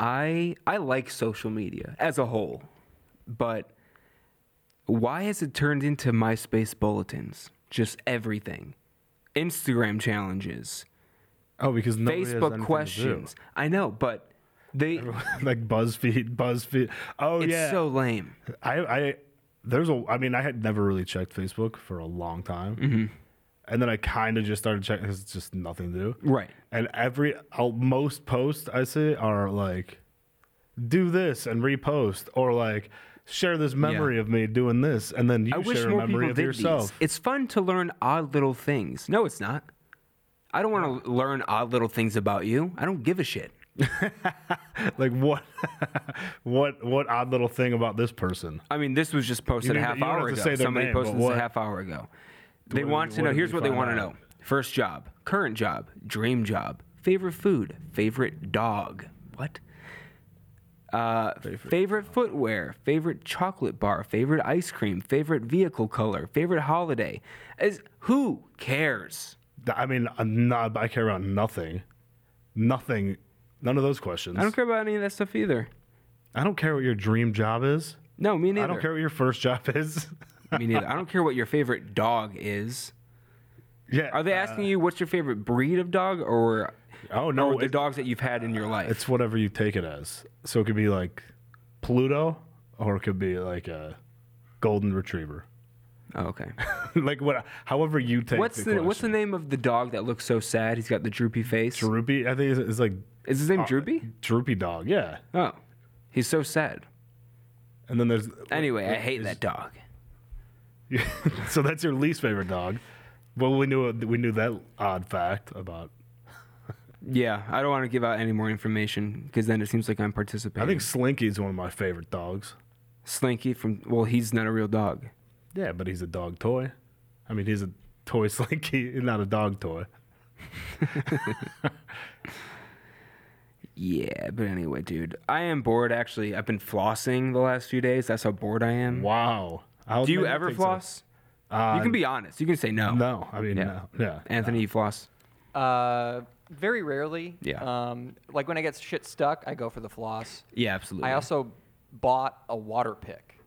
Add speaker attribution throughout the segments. Speaker 1: I I like social media as a whole, but why has it turned into MySpace bulletins? Just everything, Instagram challenges,
Speaker 2: Oh, because nobody has anything
Speaker 1: Facebook
Speaker 2: to
Speaker 1: questions. I know, but they
Speaker 2: do. like BuzzFeed, BuzzFeed. Oh
Speaker 1: it's
Speaker 2: yeah,
Speaker 1: so lame.
Speaker 2: I, I there's a I mean I had never really checked Facebook for a long time,
Speaker 1: Mm-hmm.
Speaker 2: and then I kind of just started checking because it's just nothing to do.
Speaker 1: Right.
Speaker 2: And every I'll, most posts I see are like, do this and repost, or like share this memory of me doing this, and then you
Speaker 1: I wish
Speaker 2: share a
Speaker 1: more people
Speaker 2: memory
Speaker 1: did
Speaker 2: of yourself.
Speaker 1: these. It's fun to learn odd little things. No, it's not. I don't want to learn odd little things about you. I don't give a shit.
Speaker 2: Like what, what, what odd little thing about this person?
Speaker 1: I mean, this was just posted
Speaker 2: You
Speaker 1: a
Speaker 2: don't-
Speaker 1: half
Speaker 2: you don't
Speaker 1: hour
Speaker 2: have to
Speaker 1: ago.
Speaker 2: say their
Speaker 1: Somebody
Speaker 2: name,
Speaker 1: posted
Speaker 2: but
Speaker 1: this a
Speaker 2: what-
Speaker 1: half hour ago. They
Speaker 2: did
Speaker 1: want
Speaker 2: we-
Speaker 1: to
Speaker 2: what
Speaker 1: know.
Speaker 2: did
Speaker 1: Here's
Speaker 2: we
Speaker 1: what they
Speaker 2: find
Speaker 1: want to
Speaker 2: out?
Speaker 1: know: first job, current job, dream job, favorite food, favorite dog. What? Uh, favorite. footwear, favorite chocolate bar, favorite ice cream, favorite vehicle color, favorite holiday. Is who cares?
Speaker 2: Th- I mean, I'm not, I care about nothing, nothing, none of those questions.
Speaker 1: I don't care about any of that stuff either.
Speaker 2: I don't care what your dream job is.
Speaker 1: No, me neither.
Speaker 2: I don't care what your first job is.
Speaker 1: Me neither. I don't care what your favorite dog is.
Speaker 2: yeah.
Speaker 1: Are they
Speaker 2: uh,
Speaker 1: asking you what's your favorite breed of dog, or
Speaker 2: Oh, no,
Speaker 1: or the
Speaker 2: it-
Speaker 1: dogs that you've had in your life?
Speaker 2: It's whatever you take it as. So it could be like Pluto, or it could be like a golden retriever.
Speaker 1: Oh, okay.
Speaker 2: like what? However you take.
Speaker 1: What's the What's the name of the dog that looks so sad? He's got the droopy face.
Speaker 2: question. droopy? I think it's, it's like
Speaker 1: Is his name
Speaker 2: uh,
Speaker 1: Droopy?
Speaker 2: Droopy dog. Yeah.
Speaker 1: Oh, he's so sad.
Speaker 2: And then there's
Speaker 1: Anyway, I hate that dog.
Speaker 2: so that's your least favorite dog. Well, we knew we knew that odd fact about.
Speaker 1: Yeah, I don't want to give out any more information because then it seems like I'm participating.
Speaker 2: I think Slinky's one of my favorite dogs.
Speaker 1: Slinky from well, he's not a real dog.
Speaker 2: Yeah, but he's a dog toy. I mean, he's a toy Slinky, not a dog toy.
Speaker 1: Yeah, but anyway, dude, I am bored. Actually, I've been flossing the last few days. That's how bored I am.
Speaker 2: Wow. I was
Speaker 1: Do you
Speaker 2: thinking it
Speaker 1: ever
Speaker 2: takes a-
Speaker 1: floss?
Speaker 2: Uh,
Speaker 1: you can be honest. You can say no.
Speaker 2: No, I mean,
Speaker 1: Yeah.
Speaker 2: no. Yeah.
Speaker 1: Anthony, you floss.
Speaker 3: Uh, very rarely.
Speaker 1: Yeah.
Speaker 3: Um, like when I get shit stuck, I go for the floss.
Speaker 1: Yeah, absolutely.
Speaker 3: I also bought a water pick,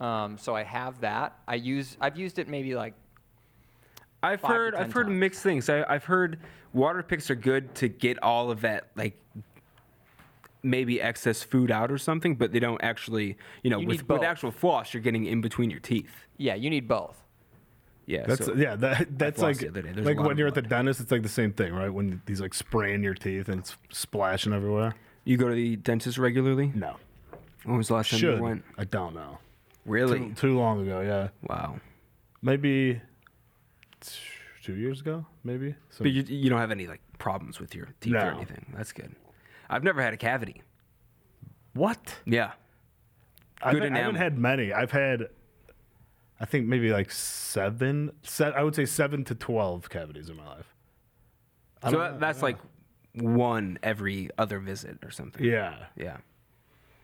Speaker 3: um, so I have that. I use I've used it maybe like
Speaker 1: I've
Speaker 3: five to
Speaker 1: heard I've
Speaker 3: 10
Speaker 1: heard
Speaker 3: times.
Speaker 1: mixed things. I, I've heard water picks are good to get all of that like maybe excess food out or something, but they don't actually you know
Speaker 3: You
Speaker 1: with,
Speaker 3: need
Speaker 1: with
Speaker 3: both.
Speaker 1: actual floss you're getting in between your teeth.
Speaker 3: yeah. You need both.
Speaker 1: Yeah,
Speaker 2: That's
Speaker 1: so-
Speaker 2: yeah. That, that's
Speaker 1: flossed
Speaker 2: like
Speaker 1: the other day. There's a
Speaker 2: like
Speaker 1: lot
Speaker 2: when
Speaker 1: of
Speaker 2: you're at the
Speaker 1: blood.
Speaker 2: dentist, it's like the same thing, right? When he's like spraying your teeth and it's splashing everywhere.
Speaker 1: you go to the dentist regularly.
Speaker 2: No,
Speaker 1: When was the last time
Speaker 2: should
Speaker 1: you went?
Speaker 2: I don't know.
Speaker 1: Really?
Speaker 2: Too, too long ago, yeah.
Speaker 1: Wow.
Speaker 2: Maybe t- two years ago, maybe. So
Speaker 1: But you you don't have any like problems with your teeth or
Speaker 2: No.
Speaker 1: anything. That's good. I've never had a cavity.
Speaker 2: what?
Speaker 1: Yeah.
Speaker 2: I
Speaker 1: Good
Speaker 2: haven't, I haven't
Speaker 1: enamel.
Speaker 2: had many. I've had, I think maybe like seven. Se- I would say seven to twelve cavities in my life.
Speaker 1: So that, that's like one every other visit or something.
Speaker 2: Yeah,
Speaker 1: Yeah.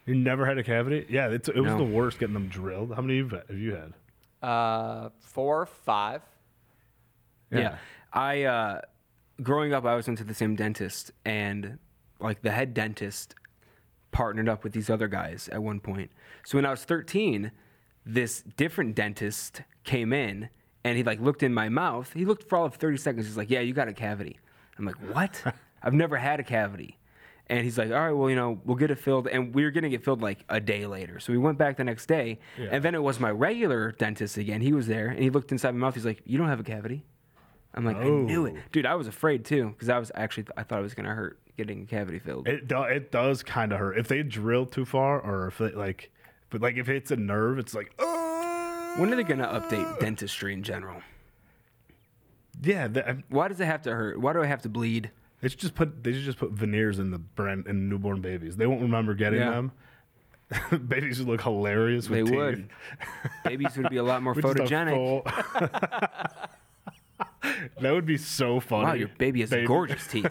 Speaker 2: you never had a cavity? Yeah, it's, it was
Speaker 1: No.
Speaker 2: the worst getting them drilled. How many have have you had?
Speaker 3: Uh, four, five.
Speaker 1: Yeah. I uh growing up I was into the same dentist and like the head dentist partnered up with these other guys at one point. So when I was 13, this different dentist came in and he like looked in my mouth. He looked for all of 30 seconds. He's like, "Yeah, you got a cavity." I'm like, "What? I've never had a cavity." And he's like, "All right, well, you know, we'll get it filled." And we were getting it filled like a day later. So we went back the next day,
Speaker 2: Yeah.
Speaker 1: and then it was my regular dentist again. He was there, and he looked inside my mouth. He's like, "You don't have a cavity." I'm like, I knew it,
Speaker 2: Oh.
Speaker 1: dude. I was afraid too because I was actually I thought it was gonna hurt getting a cavity filled.
Speaker 2: It do, it does kind of hurt if they drill too far, or if it like, but like if it's a nerve, it's like oh
Speaker 1: when are they gonna update dentistry in general?
Speaker 2: yeah. That,
Speaker 1: Why does it have to hurt? Why do I have to bleed?
Speaker 2: they should just put they should just put veneers in the brand in newborn babies. They won't remember getting
Speaker 1: Yeah.
Speaker 2: them. babies would look hilarious with
Speaker 1: They
Speaker 2: teeth.
Speaker 1: would. Babies would be a lot more
Speaker 2: Which is a
Speaker 1: photogenic.
Speaker 2: full- that would be so funny.
Speaker 1: Wow, your baby has
Speaker 2: Baby-
Speaker 1: gorgeous teeth.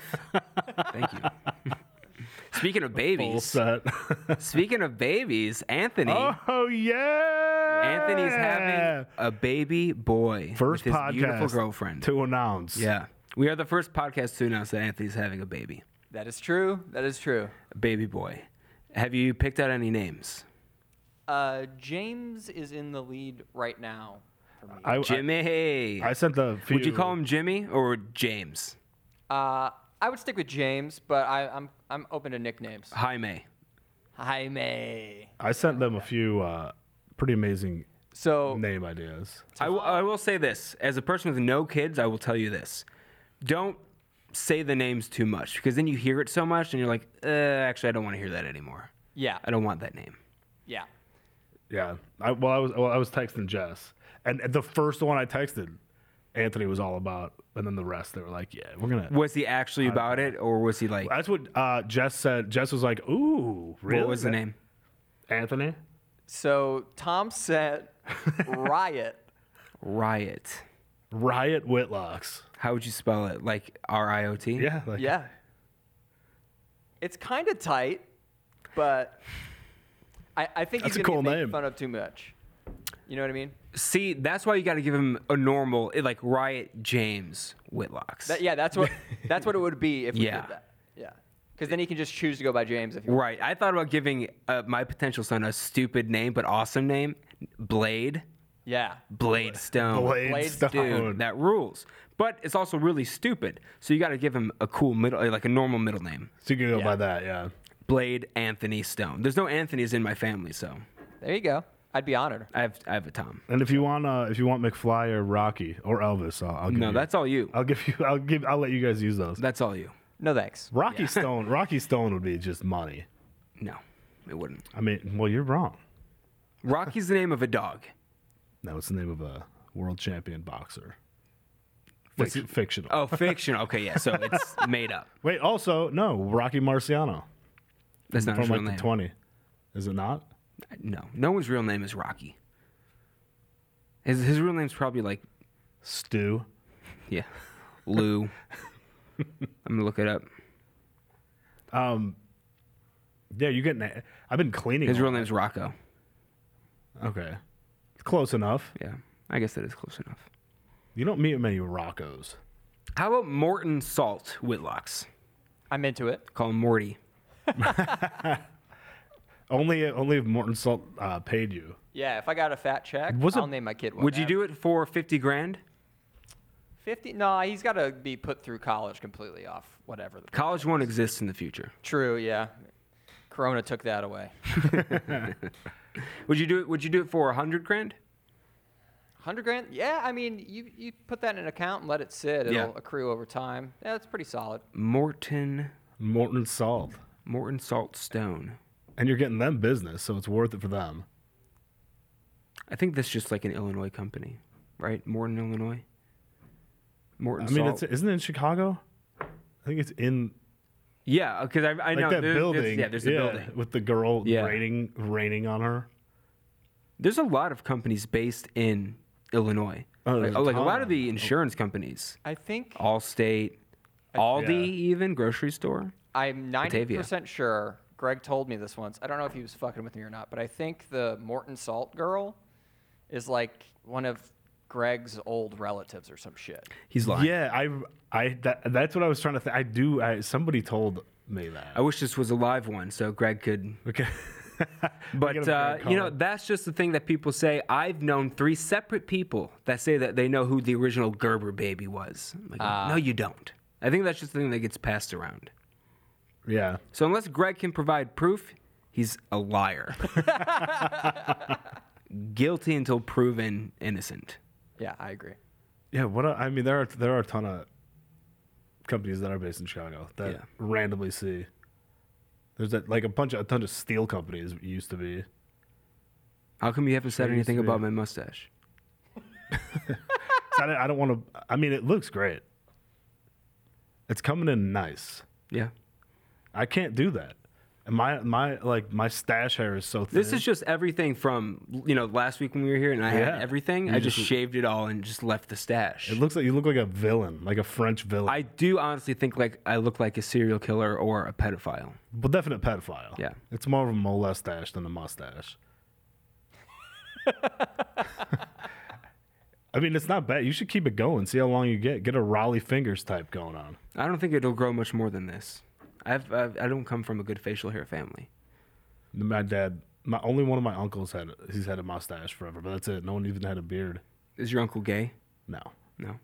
Speaker 1: Thank you. Speaking of
Speaker 2: Full
Speaker 1: babies,
Speaker 2: set.
Speaker 1: speaking of babies, Anthony,
Speaker 2: oh yeah.
Speaker 1: Anthony's having a baby boy
Speaker 2: first
Speaker 1: with his
Speaker 2: podcast
Speaker 1: beautiful girlfriend.
Speaker 2: to announce.
Speaker 1: Yeah, we are the first podcast to announce that Anthony's having a baby,
Speaker 3: That is true. That is true.
Speaker 1: a baby boy. Have you picked out any names?
Speaker 3: Uh, James is in the lead right now. For me.
Speaker 2: I, I,
Speaker 1: Jimmy.
Speaker 2: I sent the. Few,
Speaker 1: Would you call him Jimmy or James?
Speaker 3: Uh, I would stick with James, but I, I'm I'm open to nicknames.
Speaker 1: Jaime.
Speaker 3: Jaime.
Speaker 2: I sent them a few uh, pretty amazing
Speaker 3: So
Speaker 2: name ideas.
Speaker 1: I will- I will say this as a person with no kids, I will tell you this: don't say the names too much because then you hear it so much and you're like, uh, actually, I don't want to hear that anymore.
Speaker 3: yeah,
Speaker 1: I don't want that name.
Speaker 3: yeah.
Speaker 2: Yeah. I, well, I was well, I was texting Jess, and the first one I texted, Anthony was all about, and then the rest they were like, "Yeah, we're gonna."
Speaker 1: Was he actually about it, or was he like,
Speaker 2: That's what uh, Jess said. Jess was like, "Ooh, really?"
Speaker 1: what was the name?
Speaker 2: Anthony.
Speaker 3: So Tom said riot.
Speaker 1: Riot.
Speaker 2: Riot Whitlocks.
Speaker 1: How would you spell it? Like R I O T?
Speaker 2: Yeah. Like,
Speaker 3: Yeah. It's kind of tight, but I, I think
Speaker 2: That's
Speaker 3: he's
Speaker 2: a
Speaker 3: gonna
Speaker 2: cool
Speaker 3: get made
Speaker 2: name.
Speaker 3: fun of too much. You know what I mean?
Speaker 1: See, that's why you got to give him a normal, it- like Riot James Whitlocks.
Speaker 3: That, yeah, that's what that's what it would be if we
Speaker 1: Yeah.
Speaker 3: did that. Yeah. Because then he can just choose to go by James if he
Speaker 1: Right. I thought about giving uh, my potential son a stupid name, but awesome name Blade.
Speaker 3: Yeah.
Speaker 1: Blade Stone.
Speaker 2: Blade,
Speaker 3: Blade
Speaker 2: Stone.
Speaker 1: Dude, that rules. But it's also really stupid. So you got to give him a cool middle, like a normal middle name.
Speaker 2: so you can go
Speaker 3: Yeah.
Speaker 2: by that. Yeah.
Speaker 1: Blade Anthony Stone. There's no Anthony's in my family, so
Speaker 3: There you go. I'd be honored.
Speaker 1: I have I have a Tom.
Speaker 2: And if you want, uh, if you want McFly or Rocky or Elvis, I'll, I'll give
Speaker 1: No,
Speaker 2: you-
Speaker 1: that's all you.
Speaker 2: I'll give you. I'll give. I'll let you guys use those.
Speaker 1: That's all you.
Speaker 3: No thanks.
Speaker 2: Rocky Stone. Rocky Stone would be just money.
Speaker 1: No, it wouldn't.
Speaker 2: I mean, well, you're wrong.
Speaker 1: Rocky's the name of a dog.
Speaker 2: No, it's the name of a world champion boxer. Fic- fictional.
Speaker 1: Oh, fiction. Okay, yeah. So it's made up.
Speaker 2: Wait, also no, Rocky Marciano
Speaker 1: That's not
Speaker 2: from
Speaker 1: his real
Speaker 2: like the
Speaker 1: name.
Speaker 2: twenty. Is it not?
Speaker 1: No, no one's real name is Rocky. His his real name's probably like
Speaker 2: Stu.
Speaker 1: yeah, Lou. I'm gonna look it up.
Speaker 2: Yeah, you getting? i I've been cleaning.
Speaker 1: His
Speaker 2: all-
Speaker 1: real name's Rocco.
Speaker 2: okay, close enough.
Speaker 1: Yeah, I guess that is close enough.
Speaker 2: You don't meet many Roccos.
Speaker 1: How about Morton Salt Whitlocks?
Speaker 3: I'm into it.
Speaker 1: Call him Morty.
Speaker 2: Only, only if Morton Salt uh, paid you.
Speaker 3: Yeah, if I got a fat check,
Speaker 2: Was it-
Speaker 3: I'll name my kid one.
Speaker 1: Would you do it for fifty grand?
Speaker 3: fifty? No, he's got to be put through college completely off whatever. The,
Speaker 1: College won't exist in the future.
Speaker 3: true. Yeah, Corona took that away.
Speaker 1: Would you do it? Would you do it for a hundred grand?
Speaker 3: Hundred grand? Yeah, I mean, you you put that in an account and let it sit. It'll
Speaker 1: Yeah.
Speaker 3: accrue over time. Yeah, that's pretty solid.
Speaker 1: Morton
Speaker 2: Morton Salt,
Speaker 1: Morton Salt Stone.
Speaker 2: and you're getting them business, so it's worth it for them.
Speaker 1: I think that's just like an Illinois company, right? Morton, Illinois. Morton.
Speaker 2: I mean,
Speaker 1: Salt.
Speaker 2: it's, isn't it in Chicago? I think it's in
Speaker 1: yeah, because I, I
Speaker 2: like
Speaker 1: know
Speaker 2: that
Speaker 1: there- there's-
Speaker 2: building.
Speaker 1: yeah, there's a building.
Speaker 2: with the girl
Speaker 1: Yeah.
Speaker 2: raining raining on her.
Speaker 1: There's a lot of companies based in Illinois.
Speaker 2: Oh,
Speaker 1: like,
Speaker 2: there's a
Speaker 1: like a
Speaker 2: ton
Speaker 1: lot of
Speaker 2: of
Speaker 1: the insurance companies,
Speaker 3: I think
Speaker 1: Allstate, Aldi,
Speaker 2: Yeah.
Speaker 1: even grocery store.
Speaker 3: I'm ninety
Speaker 1: Batavia.
Speaker 3: percent sure. Greg told me this once. I don't know if he was fucking with me or not, but I think the Morton Salt girl is like one of Greg's old relatives or some shit.
Speaker 1: He's lying.
Speaker 2: Yeah, I I that, that's what I was trying to think. I do. I, somebody told me that.
Speaker 1: I wish this was a live one so Greg could.
Speaker 2: Okay.
Speaker 1: But uh, you know, that's just the thing that people say. I've known three separate people that say that they know who the original Gerber baby was. I'm like, no, you don't. I think that's just the thing that gets passed around.
Speaker 2: yeah.
Speaker 1: So unless Greg can provide proof, he's a liar. Guilty until proven innocent.
Speaker 3: Yeah, I agree.
Speaker 2: Yeah. What a- I mean, there are there are a ton of companies that are based in Chicago that
Speaker 1: Yeah.
Speaker 2: randomly see. There's that like a bunch of a ton of steel companies used to be.
Speaker 1: How come you haven't said
Speaker 2: used to
Speaker 1: anything
Speaker 2: be.
Speaker 1: about my mustache?
Speaker 2: So I don't, I don't want to. I mean, it looks great. It's coming in nice.
Speaker 1: Yeah.
Speaker 2: I can't do that. And my my like my stash hair is so thin.
Speaker 1: This is just everything from you know last week when we were here and I
Speaker 2: Yeah.
Speaker 1: had everything.
Speaker 2: You
Speaker 1: I just
Speaker 2: just-
Speaker 1: shaved it all and just left the stash.
Speaker 2: It looks like you look like a villain, like a French villain.
Speaker 1: I do honestly think like I look like a serial killer or a pedophile.
Speaker 2: Well, definite pedophile.
Speaker 1: Yeah.
Speaker 2: It's more of a molestache than a mustache. I mean, it's not bad. You should keep it going. See how long you get. Get a Raleigh fingers type going on.
Speaker 1: I don't think it'll grow much more than this. I've, I've I don't come from a good facial hair family.
Speaker 2: My dad, my only one of my uncles had he's had a mustache forever, but that's it. No one even had a beard.
Speaker 1: Is your uncle gay?
Speaker 2: No.
Speaker 1: No.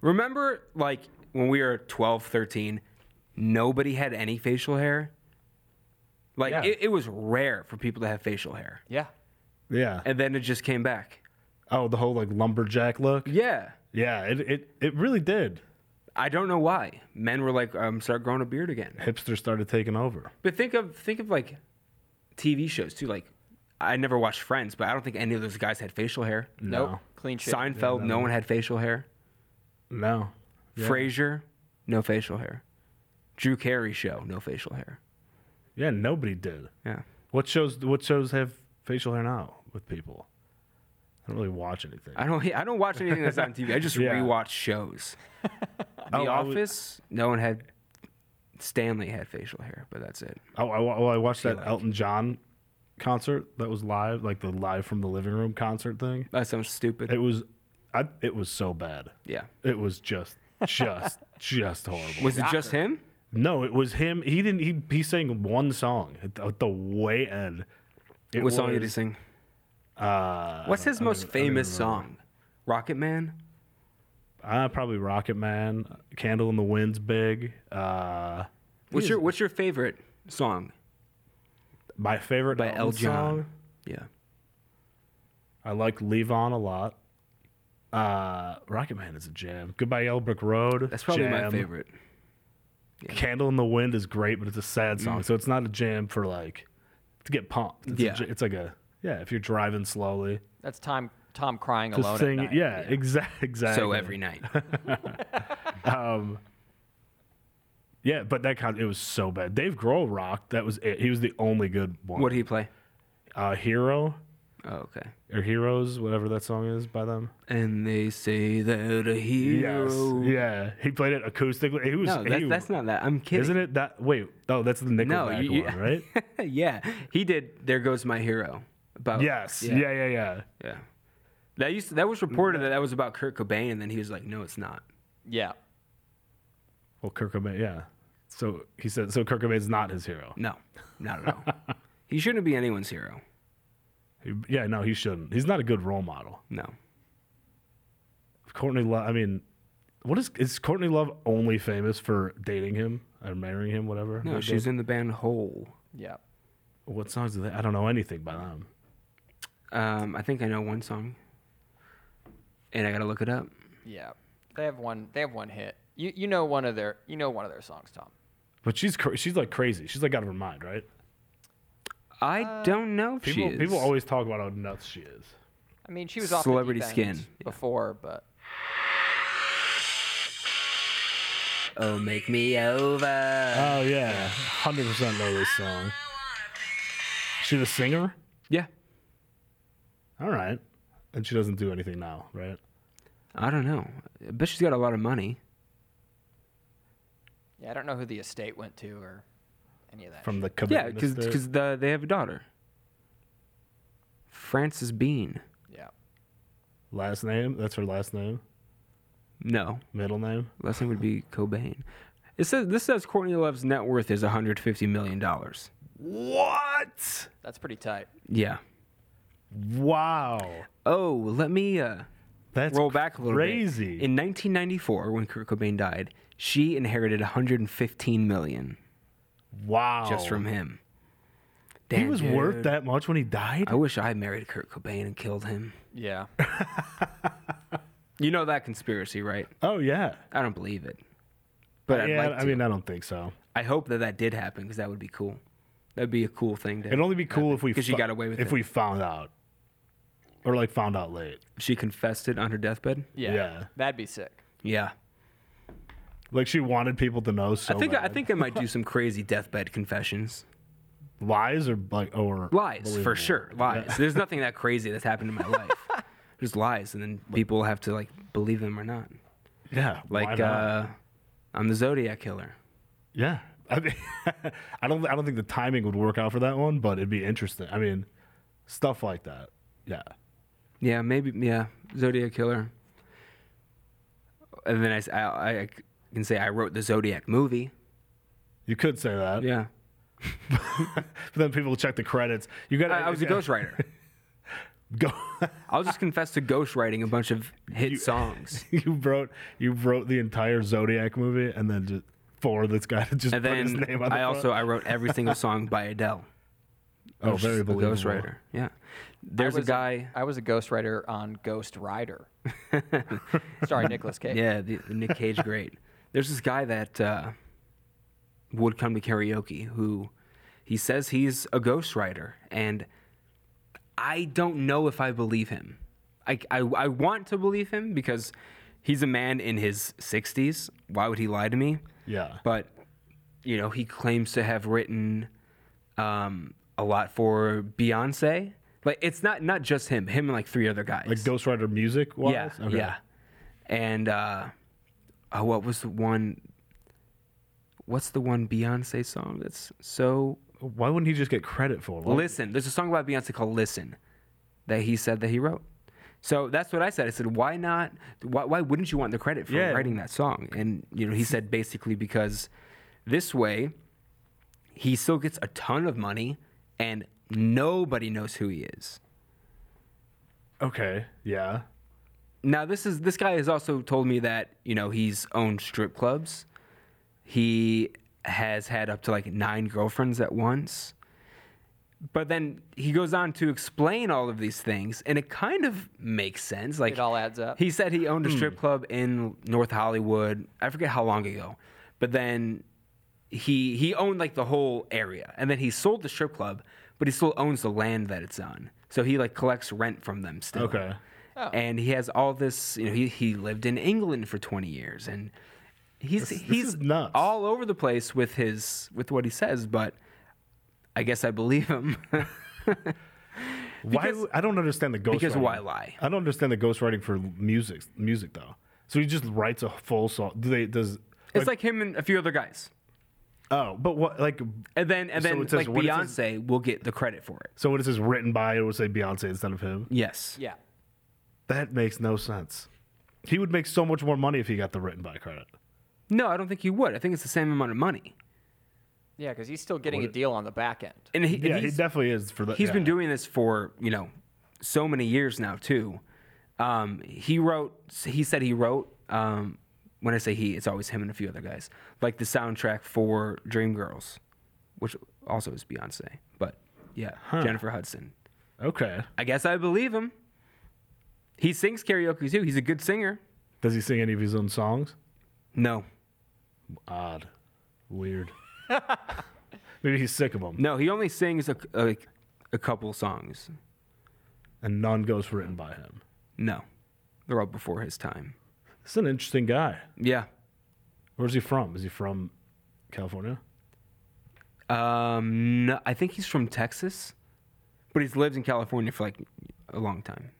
Speaker 1: Remember, like, when we were 12, 13, nobody had any facial hair? Like,
Speaker 2: Yeah.
Speaker 1: it, it was rare for people to have facial hair.
Speaker 3: Yeah.
Speaker 2: Yeah.
Speaker 1: And then it just came back.
Speaker 2: Oh, the whole like lumberjack look.
Speaker 1: Yeah.
Speaker 2: Yeah, it it, it really did.
Speaker 1: I don't know why. Men were like, um, start growing a beard again.
Speaker 2: Hipsters started taking over.
Speaker 1: But think of think of like TV shows too. Like I never watched Friends, but I don't think any of those guys had facial hair.
Speaker 3: Nope.
Speaker 2: No.
Speaker 3: Clean shit.
Speaker 1: Seinfeld, no one had facial hair.
Speaker 2: No. Yeah.
Speaker 1: Frasier, no facial hair. Drew Carey show, no facial hair.
Speaker 2: Yeah, nobody did.
Speaker 1: Yeah.
Speaker 2: What shows? What shows have facial hair now with people? I don't really watch anything.
Speaker 1: I don't I don't watch anything that's on TV. I just
Speaker 2: Yeah.
Speaker 1: rewatch shows. The
Speaker 2: Oh, I would-
Speaker 1: Office, no one had Stanley had facial hair, but that's it.
Speaker 2: Oh, I, wa- well, I watched that
Speaker 1: like-
Speaker 2: Elton John concert that was live, like the live from the living room concert thing.
Speaker 1: That sounds stupid.
Speaker 2: It was, I, it was so bad.
Speaker 1: yeah.
Speaker 2: It was just, just, just horrible.
Speaker 1: Was it just him?
Speaker 2: No, it was him. He didn't. He he sang one song at the, at the way end. It
Speaker 1: What song did he
Speaker 2: was,
Speaker 1: sing?
Speaker 2: Uh,
Speaker 1: What's his most
Speaker 2: even- I don't even
Speaker 1: famous song? Rocket Man?
Speaker 2: uh, probably Rocket Man. Candle in the Wind's big. Uh,
Speaker 1: What's your What's your favorite song
Speaker 2: my favorite
Speaker 1: by
Speaker 2: Elton
Speaker 1: El John?
Speaker 2: song.
Speaker 1: Yeah,
Speaker 2: I like Leave On a lot. Uh, Rocket Man is a jam. Goodbye Yellow Brick Road.
Speaker 1: that's probably my
Speaker 2: jam.
Speaker 1: favorite.
Speaker 2: Candle in the Wind is great, but it's a sad song, so it's not a jam for like to get pumped. It's a
Speaker 1: Mm. Yeah.
Speaker 2: j- it's like a yeah. If you're driving slowly,
Speaker 3: That's Tom Tom crying
Speaker 2: the
Speaker 3: alone.
Speaker 2: thing,
Speaker 3: at night.
Speaker 2: yeah, exactly, exactly.
Speaker 1: So every night,
Speaker 2: yeah, but that kind it was so bad. Dave Grohl rocked. That was it. He was the only good one.
Speaker 1: what did he play?
Speaker 2: uh, Hero
Speaker 1: Oh, okay.
Speaker 2: or Heroes, whatever that song is by them.
Speaker 1: And they say that a hero.
Speaker 2: Yes, yeah. He played it acoustically. He was.
Speaker 1: No, that's,
Speaker 2: he-
Speaker 1: that's not that. I'm kidding.
Speaker 2: Isn't it that? Wait, oh, that's the Nickelback
Speaker 1: No, you-
Speaker 2: one, right?
Speaker 1: yeah, he did. There goes my hero. About
Speaker 2: Yes.
Speaker 1: Oh, yeah,
Speaker 2: Yeah.
Speaker 1: yeah.
Speaker 2: Yeah. Yeah.
Speaker 1: That used to- that was reported that that was about Kurt Cobain, and then he was like, "No, it's not."
Speaker 3: Yeah.
Speaker 2: Well, Kirk Cobain. Yeah. So he said. So Kirk Cobain's not his hero.
Speaker 1: No, not at all. he shouldn't be anyone's hero.
Speaker 2: He, yeah. No, he shouldn't. He's not a good role model.
Speaker 1: No,
Speaker 2: Courtney Love. I mean, what is is Courtney Love only famous for dating him or marrying him, whatever?
Speaker 1: no,
Speaker 2: Like,
Speaker 1: she's in the band Hole.
Speaker 3: Yeah.
Speaker 2: What songs do they? I don't know anything by them.
Speaker 1: Um, I think I know one song, and I gotta look it up.
Speaker 3: Yeah. They have one they have one hit. You you know one of their you know one of their songs, Tom.
Speaker 2: But she's cra- she's like crazy. She's like out of her mind, right?
Speaker 1: I don't know if
Speaker 2: Uh, People
Speaker 1: she is.
Speaker 2: people always talk about how nuts she is.
Speaker 3: I mean, she was off the
Speaker 1: Celebrity
Speaker 3: deep end
Speaker 1: Skin, yeah.
Speaker 3: before, but
Speaker 1: Oh, make me over.
Speaker 2: Oh yeah, hundred percent know this song. She's a singer.
Speaker 1: Yeah,
Speaker 2: All right, and she doesn't do anything now, right?
Speaker 1: I don't know. I bet she's got a lot of money.
Speaker 3: yeah, I don't know who the estate went to or any of that.
Speaker 2: From
Speaker 3: shit.
Speaker 2: the
Speaker 1: Yeah,
Speaker 2: commitment
Speaker 1: because
Speaker 2: estate.
Speaker 1: the, they have a daughter, Frances Bean.
Speaker 3: yeah.
Speaker 2: last name. That's her last name.
Speaker 1: No,
Speaker 2: Middle name.
Speaker 1: last name would be Cobain. It says this says Courtney Love's net worth is 150 million dollars.
Speaker 2: What?
Speaker 3: That's pretty tight.
Speaker 1: Yeah.
Speaker 2: Wow.
Speaker 1: Oh, let me uh,
Speaker 2: That's
Speaker 1: roll back a little
Speaker 2: crazy.
Speaker 1: bit. In 1994, when Kurt Cobain died, she inherited 115 million
Speaker 2: wow.
Speaker 1: just from him.
Speaker 2: Oh. He
Speaker 1: Damn,
Speaker 2: was
Speaker 1: dude.
Speaker 2: worth that much when he died.
Speaker 1: I wish I married Kurt Cobain and killed him.
Speaker 3: Yeah.
Speaker 1: You know that conspiracy, right?
Speaker 2: Oh yeah.
Speaker 1: I don't believe it, but I'd
Speaker 2: yeah.
Speaker 1: like to.
Speaker 2: I mean, I don't think so.
Speaker 1: I hope that that did happen because that would be cool. That'd be a cool thing to.
Speaker 2: It'd only be cool if we
Speaker 1: 'Cause she got away with
Speaker 2: if
Speaker 1: it.
Speaker 2: we found out, or like found out late.
Speaker 1: she confessed it on her deathbed.
Speaker 3: yeah.
Speaker 2: Yeah.
Speaker 3: That'd be sick.
Speaker 1: Yeah,
Speaker 2: Like she wanted people to know. So
Speaker 1: I think I
Speaker 2: bad.
Speaker 1: think I might do some crazy deathbed confessions.
Speaker 2: lies or like or
Speaker 1: Lies for
Speaker 2: believable?
Speaker 1: sure. Lies. There's nothing that crazy that's happened in my life. There's lies, and then people have to like believe them or not.
Speaker 2: Yeah. why
Speaker 1: Like,
Speaker 2: not?
Speaker 1: uh, I'm the Zodiac killer.
Speaker 2: Yeah. I mean, I don't. I don't think the timing would work out for that one, but it'd be interesting. I mean, stuff like that. Yeah.
Speaker 1: Yeah, maybe. Yeah, Zodiac killer. And then I s- I, I can say I wrote the Zodiac movie.
Speaker 2: You could say that.
Speaker 1: Yeah.
Speaker 2: but then people check the credits. You got.
Speaker 1: I, I was a ghostwriter.
Speaker 2: Go.
Speaker 1: I'll just confess to ghostwriting a bunch of hit songs.
Speaker 2: you wrote. You wrote the entire Zodiac movie, and then just for this guy to just
Speaker 1: And
Speaker 2: put his
Speaker 1: then
Speaker 2: name on the
Speaker 1: I
Speaker 2: front.
Speaker 1: also I wrote every single song by Adele. I
Speaker 2: Oh,
Speaker 1: was
Speaker 2: very
Speaker 1: just a
Speaker 2: believable.
Speaker 1: Ghostwriter. Yeah. There's
Speaker 3: I
Speaker 1: a
Speaker 3: was
Speaker 1: guy.
Speaker 3: I was a ghostwriter on Ghost Rider, starring Nicolas Cage.
Speaker 1: Yeah, the, the Nick Cage great. There's this guy that uh, would come to karaoke who he says he's a ghostwriter, and I don't know if I believe him. I, I, I want to believe him because he's a man in his 60s. Why would he lie to me?
Speaker 2: Yeah.
Speaker 1: But, you know, he claims to have written um, a lot for Beyonce. Like, it's not, not just him, him and like three other guys.
Speaker 2: Like Ghostwriter music
Speaker 1: Yeah,
Speaker 2: wise?
Speaker 1: yeah. And uh, oh, what was the one? What's the one Beyonce song that's so?
Speaker 2: Why wouldn't he just get credit for it? Why-
Speaker 1: Listen, there's a song about Beyonce called "Listen" that he said that he wrote. So that's what I said. I said, why not? Why, why wouldn't you want the credit for
Speaker 2: Yeah.
Speaker 1: writing that song? And you know, he said basically because this way he still gets a ton of money and nobody knows who he is.
Speaker 2: Okay. Yeah.
Speaker 1: Now this is this guy has also told me that you know he's owned strip clubs. He has had up to like nine girlfriends at once. But then he goes on to explain all of these things, and it kind of makes sense. Like
Speaker 3: It all adds up.
Speaker 1: He said he owned a
Speaker 2: Hmm.
Speaker 1: strip club in North Hollywood. I forget how long ago, but then he he owned like the whole area, and then he sold the strip club, but he still owns the land that it's on. So he like collects rent from them still.
Speaker 2: Okay.
Speaker 3: Oh.
Speaker 1: And he has all this, you know, he, he lived in England for 20 years and he's
Speaker 2: This- this
Speaker 1: he's
Speaker 2: is nuts.
Speaker 1: all over the place with his with what he says, but I guess I believe him.
Speaker 2: why? w- I don't understand the ghostwriting.
Speaker 1: because why lie?
Speaker 2: I don't understand the ghostwriting for music. Music though. So he just writes a full song. Do they? Does
Speaker 1: it's like him and a few other guys.
Speaker 2: oh, but what like?
Speaker 1: And then and
Speaker 2: So
Speaker 1: then
Speaker 2: it says-
Speaker 1: like
Speaker 2: what it says-
Speaker 1: Beyonce will get the credit for it.
Speaker 2: So when it says written by, it would say Beyonce instead of him.
Speaker 1: Yes.
Speaker 3: yeah.
Speaker 2: That makes no sense. He would make so much more money if he got the written by credit.
Speaker 1: No, I don't think he would. I think it's the same amount of money.
Speaker 3: Yeah, because he's still getting a deal on the back end.
Speaker 1: And he,
Speaker 2: Yeah,
Speaker 1: and
Speaker 2: he
Speaker 1: he's,
Speaker 2: definitely is for that.
Speaker 1: He's
Speaker 2: He's
Speaker 1: been doing this for you know so many years now too. Um, he wrote. He said he wrote. Um, when I say he, it's always him and a few other guys. Like the soundtrack for Dreamgirls, which also is Beyonce, but yeah, Jennifer Hudson.
Speaker 2: Okay.
Speaker 1: I guess I believe him. He sings karaoke too. He's a good singer.
Speaker 2: Does he sing any of his own songs?
Speaker 1: No,
Speaker 2: Odd. Weird. Maybe he's sick of them.
Speaker 1: no, he only sings a, a, a couple songs.
Speaker 2: And none goes written by him.
Speaker 1: No, they're all before his time.
Speaker 2: This is an interesting guy.
Speaker 1: Yeah.
Speaker 2: Where's he from? Is he from California?
Speaker 1: Um, no, I think he's from Texas, but he's lived in California for like a long time,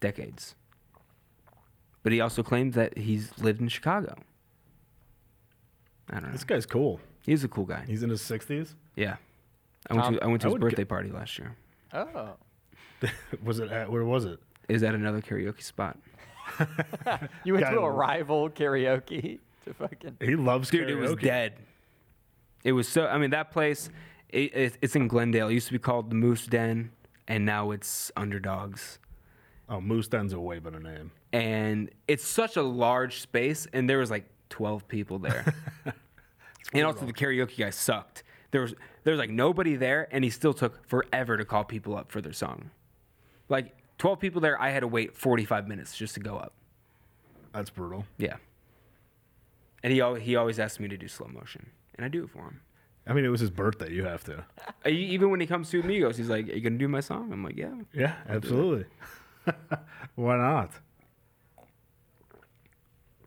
Speaker 1: decades. But he also claims that he's lived in Chicago. I don't know.
Speaker 2: This guy's cool.
Speaker 1: He's a cool guy.
Speaker 2: He's in his 60s.
Speaker 1: Yeah, I went
Speaker 3: Tom,
Speaker 1: to I went to
Speaker 2: I
Speaker 1: his
Speaker 2: would g-
Speaker 1: birthday party last year.
Speaker 3: Oh,
Speaker 2: Was it at, where was it?
Speaker 1: Is that another karaoke spot?
Speaker 3: you went
Speaker 2: Got
Speaker 3: to a
Speaker 2: him.
Speaker 3: rival karaoke to fucking.
Speaker 2: He loves
Speaker 1: Dude, it was
Speaker 2: karaoke.
Speaker 1: dead. It was so. I mean, that place. It, it, it's in Glendale. It used to be called the Moose Den, and now it's Underdogs.
Speaker 2: Oh, Moose Den's a way better name.
Speaker 1: and it's such a large space and there was like 12 people there and also the karaoke guy sucked there was there was like nobody there and he still took forever to call people up for their song like 12 people there i had to wait 45 minutes just to go up
Speaker 2: That's brutal.
Speaker 1: yeah and he, al- he always asked me to do slow motion and i do it for him
Speaker 2: I mean, it was his birthday. You have to.
Speaker 1: Uh, e- even when he comes to amigos he's like are you gonna do my song i'm like yeah
Speaker 2: Yeah, absolutely. Why not?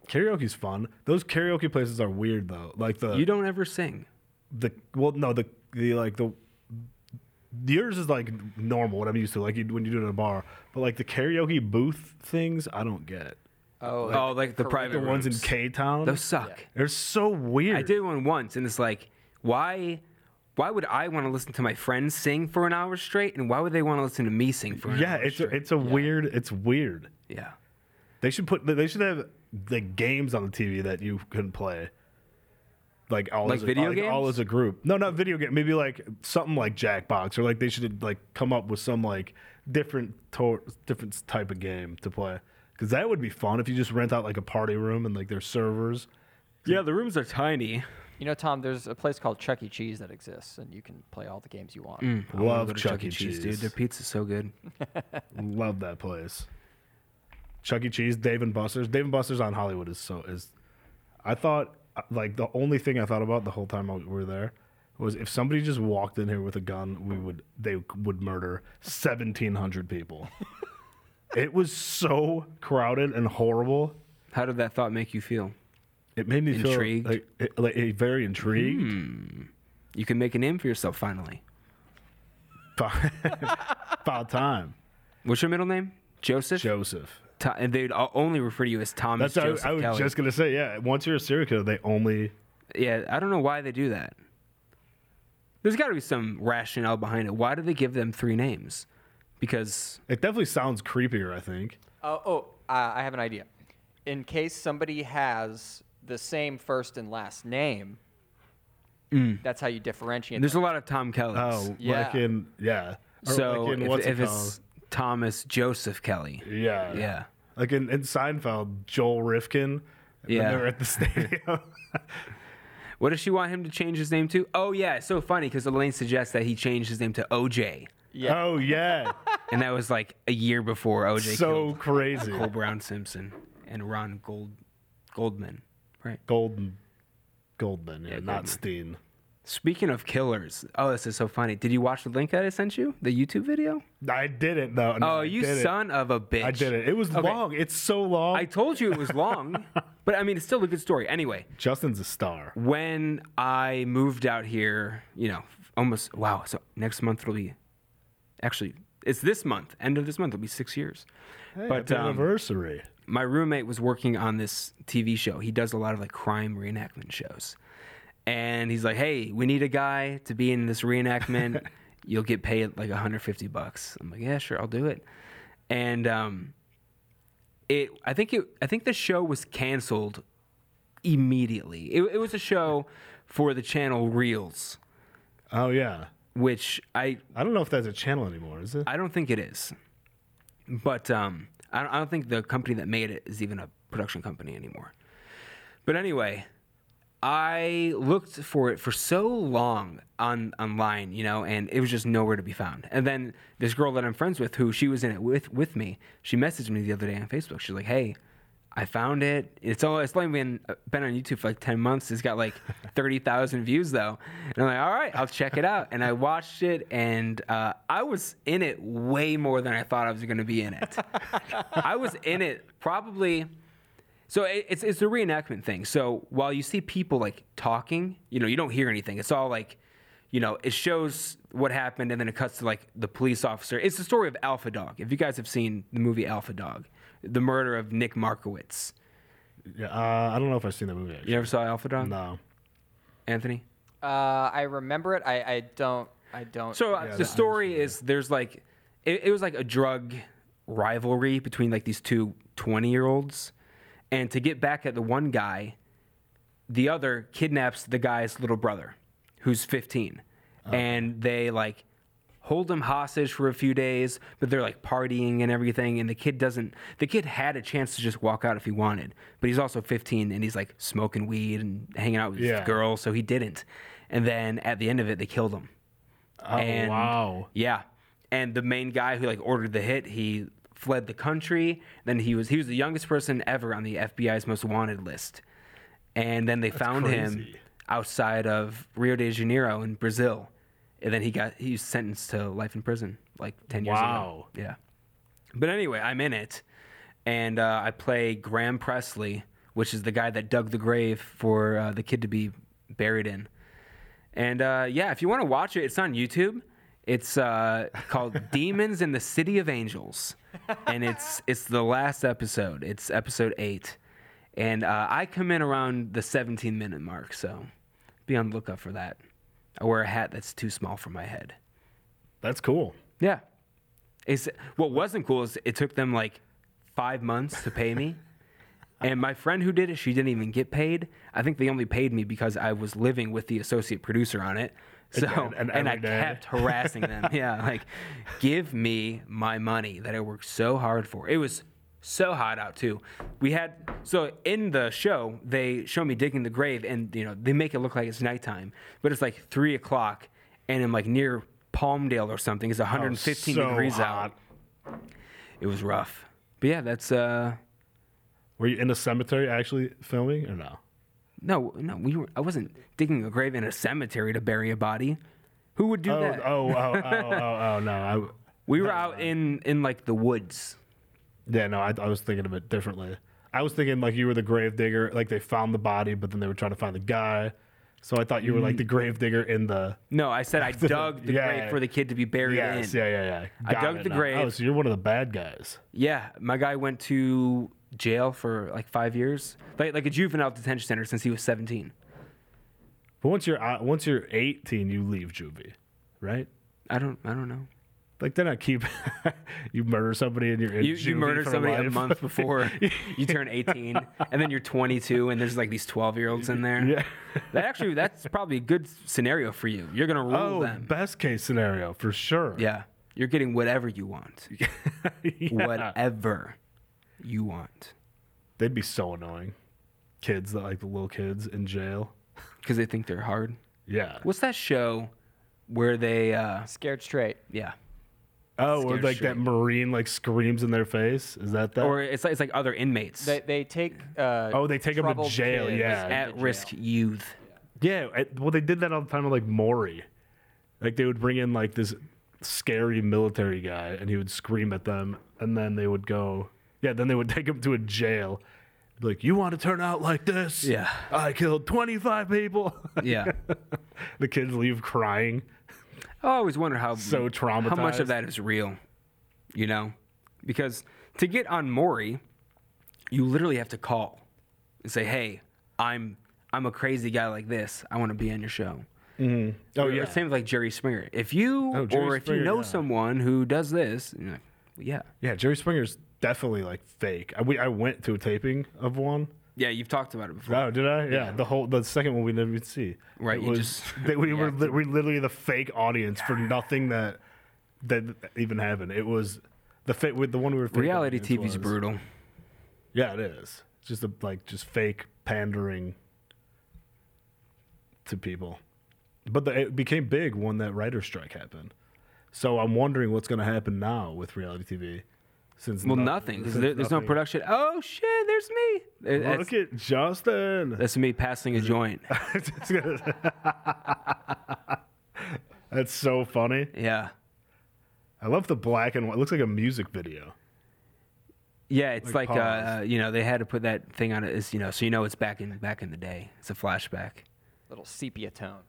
Speaker 2: Karaoke's fun. Those karaoke places are weird though. Like the
Speaker 1: you don't ever sing
Speaker 2: the well, no, the the like the yours is like normal. What I'm used to, like you, when you do it at a bar. But like the karaoke booth things, I don't get.
Speaker 3: Oh,
Speaker 1: oh like the
Speaker 3: Korea-
Speaker 1: private
Speaker 2: The ones in
Speaker 1: rooms.
Speaker 2: K Town,
Speaker 1: those suck
Speaker 2: they're so weird.
Speaker 1: I did one once, and it's like, why? Why would I want to listen to my friends sing for an hour straight, and why would they want to listen to me sing for an
Speaker 2: Yeah,
Speaker 1: hour
Speaker 2: it's a,
Speaker 1: straight?
Speaker 2: it's a weird. It's weird.
Speaker 1: yeah.
Speaker 2: They should put. They should have the games on the TV that you can play. like all
Speaker 1: Like
Speaker 2: as a,
Speaker 1: video
Speaker 2: like, all
Speaker 1: games?
Speaker 2: as a group. No, not video game. Maybe like something like Jackbox, or like they should like come up with some like different to- different type of game to play. Because that would be fun if you just rent out like a party room and like their servers.
Speaker 1: Yeah, the rooms are tiny.
Speaker 3: You know, Tom, there's a place called Chuck E. Cheese that exists, and you can play all the games you want.
Speaker 1: I wanna
Speaker 2: Love
Speaker 1: go to
Speaker 2: Chuck E.
Speaker 1: dude.
Speaker 2: Cheese.
Speaker 1: Their pizza's so good.
Speaker 2: Love that place. Chuck E. Cheese, Dave and Buster's. Dave and Buster's on Hollywood is so is. I thought like the only thing I thought about the whole time we were there was if somebody just walked in here with a gun, we would they would murder seventeen hundred people. it was so crowded and horrible.
Speaker 1: How did that thought make you feel?
Speaker 2: It made me
Speaker 1: Intrigued?
Speaker 2: feel like, it- like eh, very intrigued.
Speaker 1: You can make a name for yourself finally. Hmm.
Speaker 2: About time,
Speaker 1: What's your middle name? Joseph.
Speaker 2: Joseph.
Speaker 1: To- and they'd o- only refer to you as Thomas
Speaker 2: That's how
Speaker 1: Joseph
Speaker 2: I was
Speaker 1: Kelly.
Speaker 2: just gonna say. Yeah, once you're a serial killer, they only
Speaker 1: Yeah, I don't know why they do that. There's got to be some rationale behind it. Why do they give them three names? Because
Speaker 2: It definitely sounds creepier, I think.
Speaker 3: Oh, oh uh, I have an idea. In case somebody has the same first and last name,
Speaker 2: Mm.
Speaker 3: that's how you differentiate.
Speaker 1: there's a
Speaker 3: them.
Speaker 1: lot of Tom Kellys.
Speaker 2: Oh,
Speaker 3: Yeah.
Speaker 2: like in yeah. Or
Speaker 1: so
Speaker 2: like in,
Speaker 1: if,
Speaker 2: what's
Speaker 1: if
Speaker 2: it
Speaker 1: it's Thomas Joseph Kelly,
Speaker 2: called? yeah,
Speaker 1: yeah.
Speaker 2: Like in, in Seinfeld, Joel Rifkin. when
Speaker 1: Yeah.
Speaker 2: they were at the stadium.
Speaker 1: What does she want him to change his name to? Oh yeah, it's so funny because Elaine suggests that he changed his name to OJ,
Speaker 3: Yeah.
Speaker 2: Oh yeah,
Speaker 1: and that was like a year before OJ
Speaker 2: so
Speaker 1: killed
Speaker 2: crazy.
Speaker 1: Cole Brown Simpson and Ron Gold Goldman, right?
Speaker 2: Golden, Goldman, yeah,
Speaker 1: Yeah,
Speaker 2: not
Speaker 1: Goldman.
Speaker 2: Steen.
Speaker 1: Speaking of killers, oh, this is so funny. Did you watch the link that I sent you? The YouTube video?
Speaker 2: I didn't though. No,
Speaker 1: Oh,
Speaker 2: I
Speaker 1: you
Speaker 2: didn't.
Speaker 1: son of a bitch.
Speaker 2: I didn't. It was
Speaker 1: Okay.
Speaker 2: long. It's so long.
Speaker 1: I told you it was long, but I mean, it's still a good story. Anyway,
Speaker 2: Justin's a star.
Speaker 1: when I moved out here, you know, almost, wow, so next month it'll be, actually, it's this month, end of this month, it'll be six years.
Speaker 2: Hey,
Speaker 1: but
Speaker 2: happy
Speaker 1: um,
Speaker 2: anniversary.
Speaker 1: my roommate was working on this TV show. He does a lot of like crime reenactment shows. And he's like, "Hey, we need a guy to be in this reenactment. You'll get paid like 150 bucks." I'm like, "Yeah, sure, I'll do it." And um it I think it I think the show was canceled immediately. It, it was a show for the channel Reels,
Speaker 2: Oh yeah.
Speaker 1: which I
Speaker 2: I don't know if that's a channel anymore, is it?
Speaker 1: I don't think it is. But um, I, don't, I don't think the company that made it is even a production company anymore. But anyway, I looked for it for so long on online, you know, and it was just nowhere to be found. And then this girl that I'm friends with, who she was in it with with me, she messaged me the other day on Facebook. She's like, "Hey, I found it. It's all it's only been been on YouTube for like ten months. It's got like thirty thousand views though." And I'm like, "All right, I'll check it out." And I watched it, and uh, I was in it way more than I thought I was going to be in it. I was in it probably. So it, it's it's a reenactment thing. So while you see people like talking, you know, you don't hear anything. It's all like, you know, it shows what happened, and then it cuts to like the police officer. It's the story of Alpha Dog. If you guys have seen the movie Alpha Dog, the murder of Nick Markowitz.
Speaker 2: Yeah, uh, I don't know if I've seen that movie. Actually.
Speaker 1: You ever saw Alpha Dog,
Speaker 2: No.
Speaker 1: Anthony?
Speaker 3: Uh, I remember it. I, I don't. I don't.
Speaker 1: So uh, the
Speaker 2: that-
Speaker 1: story is there's like it, it was like a drug rivalry between like these two 20 year olds, and to get back at the one guy, the other kidnaps the guy's little brother, who's 15,
Speaker 2: Uh-huh.
Speaker 1: and they like hold him hostage for a few days, but they're like partying and everything, and the kid doesn't. The kid had a chance to just walk out if he wanted, but he's also 15 and he's like smoking weed and hanging out with
Speaker 2: Yeah.
Speaker 1: girls, so he didn't. And then at the end of it, they killed him.
Speaker 2: Oh
Speaker 1: And-
Speaker 2: wow.
Speaker 1: Yeah, and the main guy who like ordered the hit, he fled the country. Then he was he was the youngest person ever on the FBI's most wanted list, and then they found him
Speaker 2: crazy.
Speaker 1: outside of Rio de Janeiro in Brazil, and then he got he was sentenced to life in prison like ten years
Speaker 2: Wow.
Speaker 1: ago. Yeah, but anyway, I'm in it, and uh, I play Graham Presley, which is the guy that dug the grave for uh, the kid to be buried in. And uh, yeah, if you want to watch it, it's on YouTube. It's uh, called Demons in the City of Angels, and it's it's the last episode. It's episode eight, and uh, I come in around the 17 minute mark, so be on the lookout for that. I wear a hat that's too small for my head.
Speaker 2: That's cool.
Speaker 1: Yeah. It's what wasn't cool is it took them like five months to pay me. And my friend who did it, she didn't even get paid. I think they only paid me because I was living with the associate producer on it. So
Speaker 2: Again,
Speaker 1: and,
Speaker 2: and
Speaker 1: I
Speaker 2: every day.
Speaker 1: kept harassing them. yeah, like give me my money that I worked so hard for. It was so hot out too. We had so in the show they show me digging the grave and you know they make it look like it's nighttime, but it's like three o'clock and I'm like near Palmdale or something. It's 115
Speaker 2: Oh, so
Speaker 1: degrees out.
Speaker 2: hot.
Speaker 1: It was rough. But yeah, that's uh
Speaker 2: Were you in a cemetery actually filming or no?
Speaker 1: no, no, we were I wasn't digging a grave in a cemetery to bury a body. Who would do
Speaker 2: Oh,
Speaker 1: that?
Speaker 2: oh, oh, oh, oh, oh, no. I,
Speaker 1: We were out in in like the woods.
Speaker 2: yeah, no, I, I was thinking of it differently. I was thinking like you were the grave digger, like they found the body, but then they were trying to find the guy. So I thought you were like the grave digger in the.
Speaker 1: No, I said I dug the
Speaker 2: Yeah,
Speaker 1: grave
Speaker 2: yeah.
Speaker 1: for the kid to be buried
Speaker 2: Yes,
Speaker 1: in.
Speaker 2: yeah, yeah, yeah.
Speaker 1: I dug the
Speaker 2: now.
Speaker 1: grave.
Speaker 2: Oh, so you're one of the bad guys.
Speaker 1: Yeah, my guy went to jail for like five years, like like a juvenile detention center since he was seventeen.
Speaker 2: But once you're out, once you're 18, you leave juvie, right?
Speaker 1: I don't I don't know.
Speaker 2: Like they're not keep. you murder somebody and you're in
Speaker 1: You, you
Speaker 2: juvie
Speaker 1: murder
Speaker 2: for
Speaker 1: somebody a
Speaker 2: life.
Speaker 1: month before you turn 18, and then you're 22, and there's like these 12 year olds in there.
Speaker 2: Yeah.
Speaker 1: That actually, that's probably a good scenario for you. You're gonna rule
Speaker 2: oh,
Speaker 1: them.
Speaker 2: best case scenario for sure.
Speaker 1: Yeah, you're getting whatever you want,
Speaker 2: Yeah.
Speaker 1: whatever you want,
Speaker 2: They'd be so annoying. Kids that like the little kids in jail.
Speaker 1: because they think they're hard.
Speaker 2: Yeah.
Speaker 1: What's that show where they? uh
Speaker 3: Scared straight.
Speaker 1: Yeah.
Speaker 2: Oh, or
Speaker 1: Scared
Speaker 2: like
Speaker 1: straight.
Speaker 2: that marine like screams in their face. Is that that?
Speaker 1: or it's like, it's like other inmates
Speaker 3: They, they take. Uh,
Speaker 2: Oh, they take 'em to
Speaker 3: troubled
Speaker 2: jail,
Speaker 3: kids
Speaker 2: yeah.
Speaker 3: into
Speaker 1: at
Speaker 3: jail.
Speaker 1: risk youth.
Speaker 2: yeah. I- well, they did that all the time with like Maury. Like they would bring in like this scary military guy, and he would scream at them, and then they would go. Yeah. Then they would take him to a jail. Be like, you want to turn out like this?
Speaker 1: Yeah.
Speaker 2: I killed twenty five people.
Speaker 1: Yeah.
Speaker 2: the kids leave crying.
Speaker 1: I always wonder how
Speaker 2: So
Speaker 1: how much of
Speaker 2: traumatized.
Speaker 1: that is real, you know, because to get on Maury, you literally have to call and say, "Hey, I'm I'm a crazy guy like this. I want to be on your show."
Speaker 2: Oh
Speaker 1: Or-
Speaker 2: yeah.
Speaker 1: Or same with like Jerry Springer. If you
Speaker 2: Oh, Jerry
Speaker 1: or if you
Speaker 2: Springer,
Speaker 1: know
Speaker 2: yeah.
Speaker 1: someone who does this, you're like, well, yeah,
Speaker 2: Yeah, Jerry Springer's definitely like fake. I, we, I went to a taping of one.
Speaker 1: yeah, you've talked about it before.
Speaker 2: Oh, did I? Yeah, the whole the second one we didn't even see.
Speaker 1: Right,
Speaker 2: it
Speaker 1: you
Speaker 2: was,
Speaker 1: just
Speaker 2: that we were li- we literally the fake audience for nothing that that even happened. It was the fake with the one we were. fake
Speaker 1: Reality
Speaker 2: audience
Speaker 1: TV's
Speaker 2: was-
Speaker 1: brutal.
Speaker 2: Yeah, it is. It's just a, like just fake pandering to people. But the, it became big when that writer strike happened. So I'm wondering what's going to happen now with reality TV. Since
Speaker 1: Well,
Speaker 2: no-
Speaker 1: nothing because
Speaker 2: since
Speaker 1: there, there's no
Speaker 2: nothing-
Speaker 1: production. Oh shit, there's me. It- that's-
Speaker 2: Look at Justin.
Speaker 1: That's me passing a joint.
Speaker 2: Just gonna- That's so funny.
Speaker 1: Yeah.
Speaker 2: I love the black and white. It looks like a music video.
Speaker 1: Yeah, it's like,
Speaker 2: Like
Speaker 1: uh,
Speaker 2: pause.
Speaker 1: you know, they had to put that thing on it as you know, so you know it's back in back in the day. It's a flashback.
Speaker 3: Little sepia tone.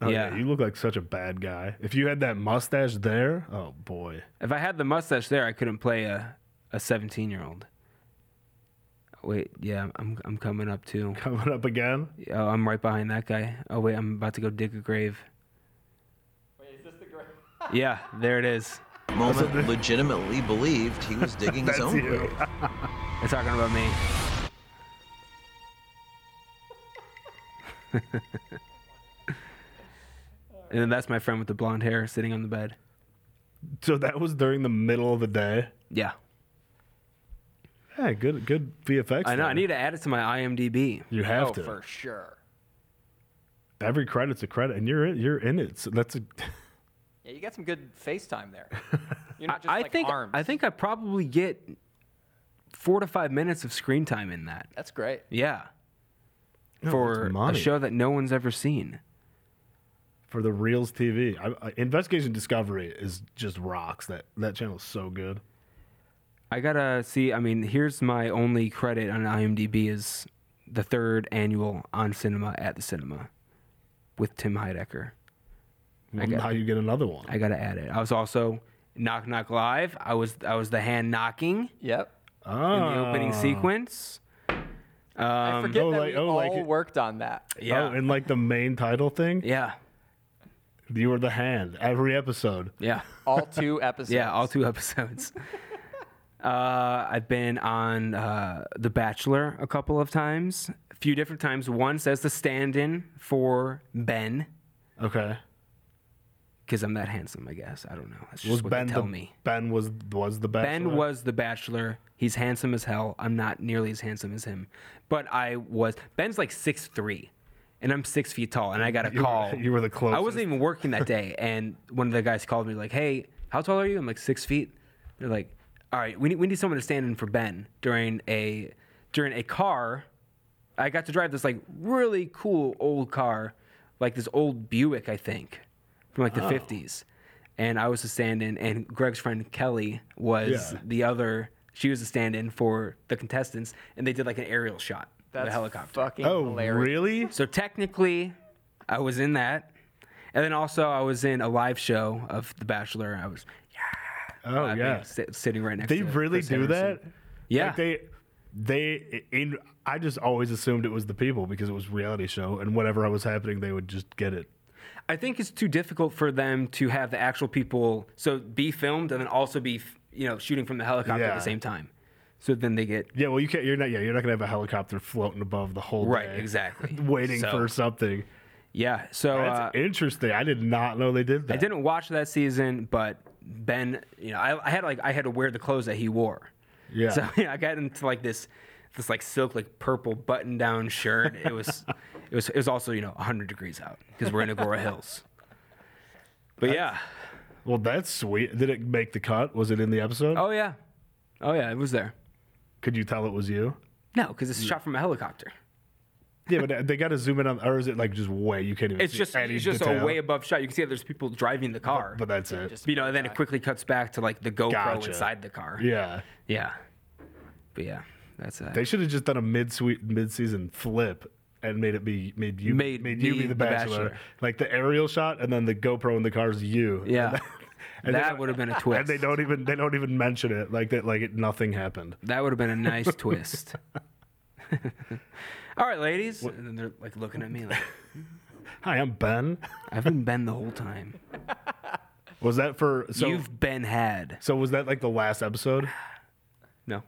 Speaker 2: Oh,
Speaker 1: Yeah.
Speaker 2: you look like such a bad guy. If you had that mustache there, oh boy.
Speaker 1: If I had the mustache there, I couldn't play a a 17-year-old. Wait, yeah, I'm I'm coming up too.
Speaker 2: Coming up again.
Speaker 1: Oh, I'm right behind that guy. Oh wait, I'm about to go dig a grave.
Speaker 3: Wait, is this the great?
Speaker 1: Yeah, there it is.
Speaker 4: Moment legitimately believed he was digging his
Speaker 2: That's
Speaker 4: own grave.
Speaker 2: you.
Speaker 1: They're talking about me. and then that's my friend with the blonde hair sitting on the bed.
Speaker 2: So that was during the middle of the day.
Speaker 1: Yeah.
Speaker 2: Yeah, good good VFX.
Speaker 1: I know. I
Speaker 2: there.
Speaker 1: need to add it to my IMDb.
Speaker 2: you have
Speaker 3: oh,
Speaker 2: to.
Speaker 3: for sure.
Speaker 2: Every credit's a credit and you're in, you're in it. So that's a
Speaker 3: Yeah, you got some good FaceTime there. You're
Speaker 1: I,
Speaker 3: not just
Speaker 1: I
Speaker 3: like
Speaker 1: think
Speaker 3: arms.
Speaker 1: I think I probably get four to five minutes of screen time in that.
Speaker 3: that's great.
Speaker 1: Yeah,
Speaker 2: No,
Speaker 1: for
Speaker 2: it's
Speaker 1: a
Speaker 2: money.
Speaker 1: show that no one's ever seen.
Speaker 2: for the Reels TV. I, I, Investigation Discovery is just rocks. That that channel is so good.
Speaker 1: I gotta see. I mean, here's my only credit on IMDb is the third annual on cinema at the cinema with Tim Heidecker.
Speaker 2: I
Speaker 1: got-
Speaker 2: how you get another one.
Speaker 1: I gotta add it. I was also knock knock live. I was I was the hand knocking
Speaker 3: Yep.
Speaker 2: oh.
Speaker 1: in the opening sequence.
Speaker 3: I forget
Speaker 2: oh,
Speaker 3: that
Speaker 2: like-
Speaker 3: we
Speaker 2: oh,
Speaker 3: all
Speaker 2: like it-
Speaker 3: worked on that.
Speaker 1: Yeah,
Speaker 2: Oh, and like the main title thing,
Speaker 1: yeah,
Speaker 2: you were the hand every episode.
Speaker 1: yeah.
Speaker 3: All two episodes.
Speaker 1: Yeah, all two episodes. Uh, I've been on uh, The Bachelor a couple of times, a few different times. Once as the stand-in for Ben,
Speaker 2: Okay.
Speaker 1: because I'm that handsome, I guess. I don't know. That's just
Speaker 2: Was
Speaker 1: what
Speaker 2: Ben
Speaker 1: they tell
Speaker 2: the
Speaker 1: me.
Speaker 2: Ben was was the bachelor?
Speaker 1: Ben was the bachelor. He's handsome as hell. I'm not nearly as handsome as him, but I was. Ben's like six three, and I'm six feet tall, and I got a
Speaker 2: were-
Speaker 1: call.
Speaker 2: you were the
Speaker 1: I
Speaker 2: closest.
Speaker 1: wasn't even working that day, and one of the guys called me like, "Hey, how tall are you?" I'm like six feet. They're like, "All right, we need we need someone to stand in for Ben during a during a car." I got to drive this like really cool old car, like this old Buick, I think, from like the 50s. And I was a stand-in, and Greg's friend Kelly was
Speaker 2: Yeah.
Speaker 1: the other. She was a stand-in for the contestants, and they did like an aerial shot, of
Speaker 3: That's
Speaker 1: the helicopter.
Speaker 3: fucking
Speaker 2: Oh,
Speaker 3: hilarious.
Speaker 2: really?
Speaker 1: So technically, I was in that, and then also I was in a live show of The Bachelor. I was
Speaker 2: Oh
Speaker 1: I mean,
Speaker 2: yeah.
Speaker 1: sit- sitting right next.
Speaker 2: They
Speaker 1: to
Speaker 2: really
Speaker 1: Chris
Speaker 2: do
Speaker 1: Harrison.
Speaker 2: that.
Speaker 1: Yeah.
Speaker 2: Like they they in I just always assumed it was the people because it was reality show and whatever was happening they would just get it.
Speaker 1: I think it's too difficult for them to have the actual people so be filmed and then also be you know shooting from the helicopter at
Speaker 2: Yeah.
Speaker 1: the same time. So then they get
Speaker 2: Yeah, well you can't you're not yeah, you're not gonna have a helicopter floating above the whole
Speaker 1: right
Speaker 2: day
Speaker 1: exactly
Speaker 2: waiting
Speaker 1: So,
Speaker 2: for something.
Speaker 1: yeah. So
Speaker 2: That's
Speaker 1: uh,
Speaker 2: interesting. I did not know they did that.
Speaker 1: I didn't watch that season, but Ben, you know, I, I had like I had to wear the clothes that he wore.
Speaker 2: Yeah.
Speaker 1: So yeah, I got into like this this like silk like purple button down shirt. It was it was it was also you know 100 degrees out because we're in Agora Hills. But yeah.
Speaker 2: Well, that's sweet. Did it make the cut? Was it in the episode?
Speaker 1: Oh yeah. Oh yeah. It was there.
Speaker 2: Could you tell it was you?
Speaker 1: No, because
Speaker 2: Mm.
Speaker 1: it's shot from a helicopter.
Speaker 2: Yeah, but uh, they got to zoom in on, or is it like just way you can't even?
Speaker 1: It's
Speaker 2: see
Speaker 1: just
Speaker 2: any
Speaker 1: it's just a
Speaker 2: detail?
Speaker 1: way above shot. You can see that there's people driving the car.
Speaker 2: But that's it.
Speaker 3: Just-
Speaker 1: you know, and then it quickly cuts back to like the GoPro
Speaker 2: Gotcha.
Speaker 1: inside the car.
Speaker 2: yeah,
Speaker 1: Yeah. But yeah, that's uh, that.
Speaker 2: they should have just done a mid sweet mid season flip and made it be made you
Speaker 1: Made me
Speaker 2: you be the
Speaker 1: the
Speaker 2: bachelor.
Speaker 1: bachelor.
Speaker 2: like the aerial shot and then the GoPro in the car's you.
Speaker 1: Yeah.
Speaker 2: and then- and they
Speaker 1: that
Speaker 2: don't-
Speaker 1: would have been a
Speaker 2: And
Speaker 1: twist.
Speaker 2: they don't even they don't even mention it like that like it, nothing happened.
Speaker 1: That would have been a nice twist. All right, ladies. And then they're like looking at me like,
Speaker 2: Hi, I'm Ben.
Speaker 1: I've been Ben the whole time.
Speaker 2: Was that for so?
Speaker 1: You've been had.
Speaker 2: so was that like the last episode?
Speaker 1: No.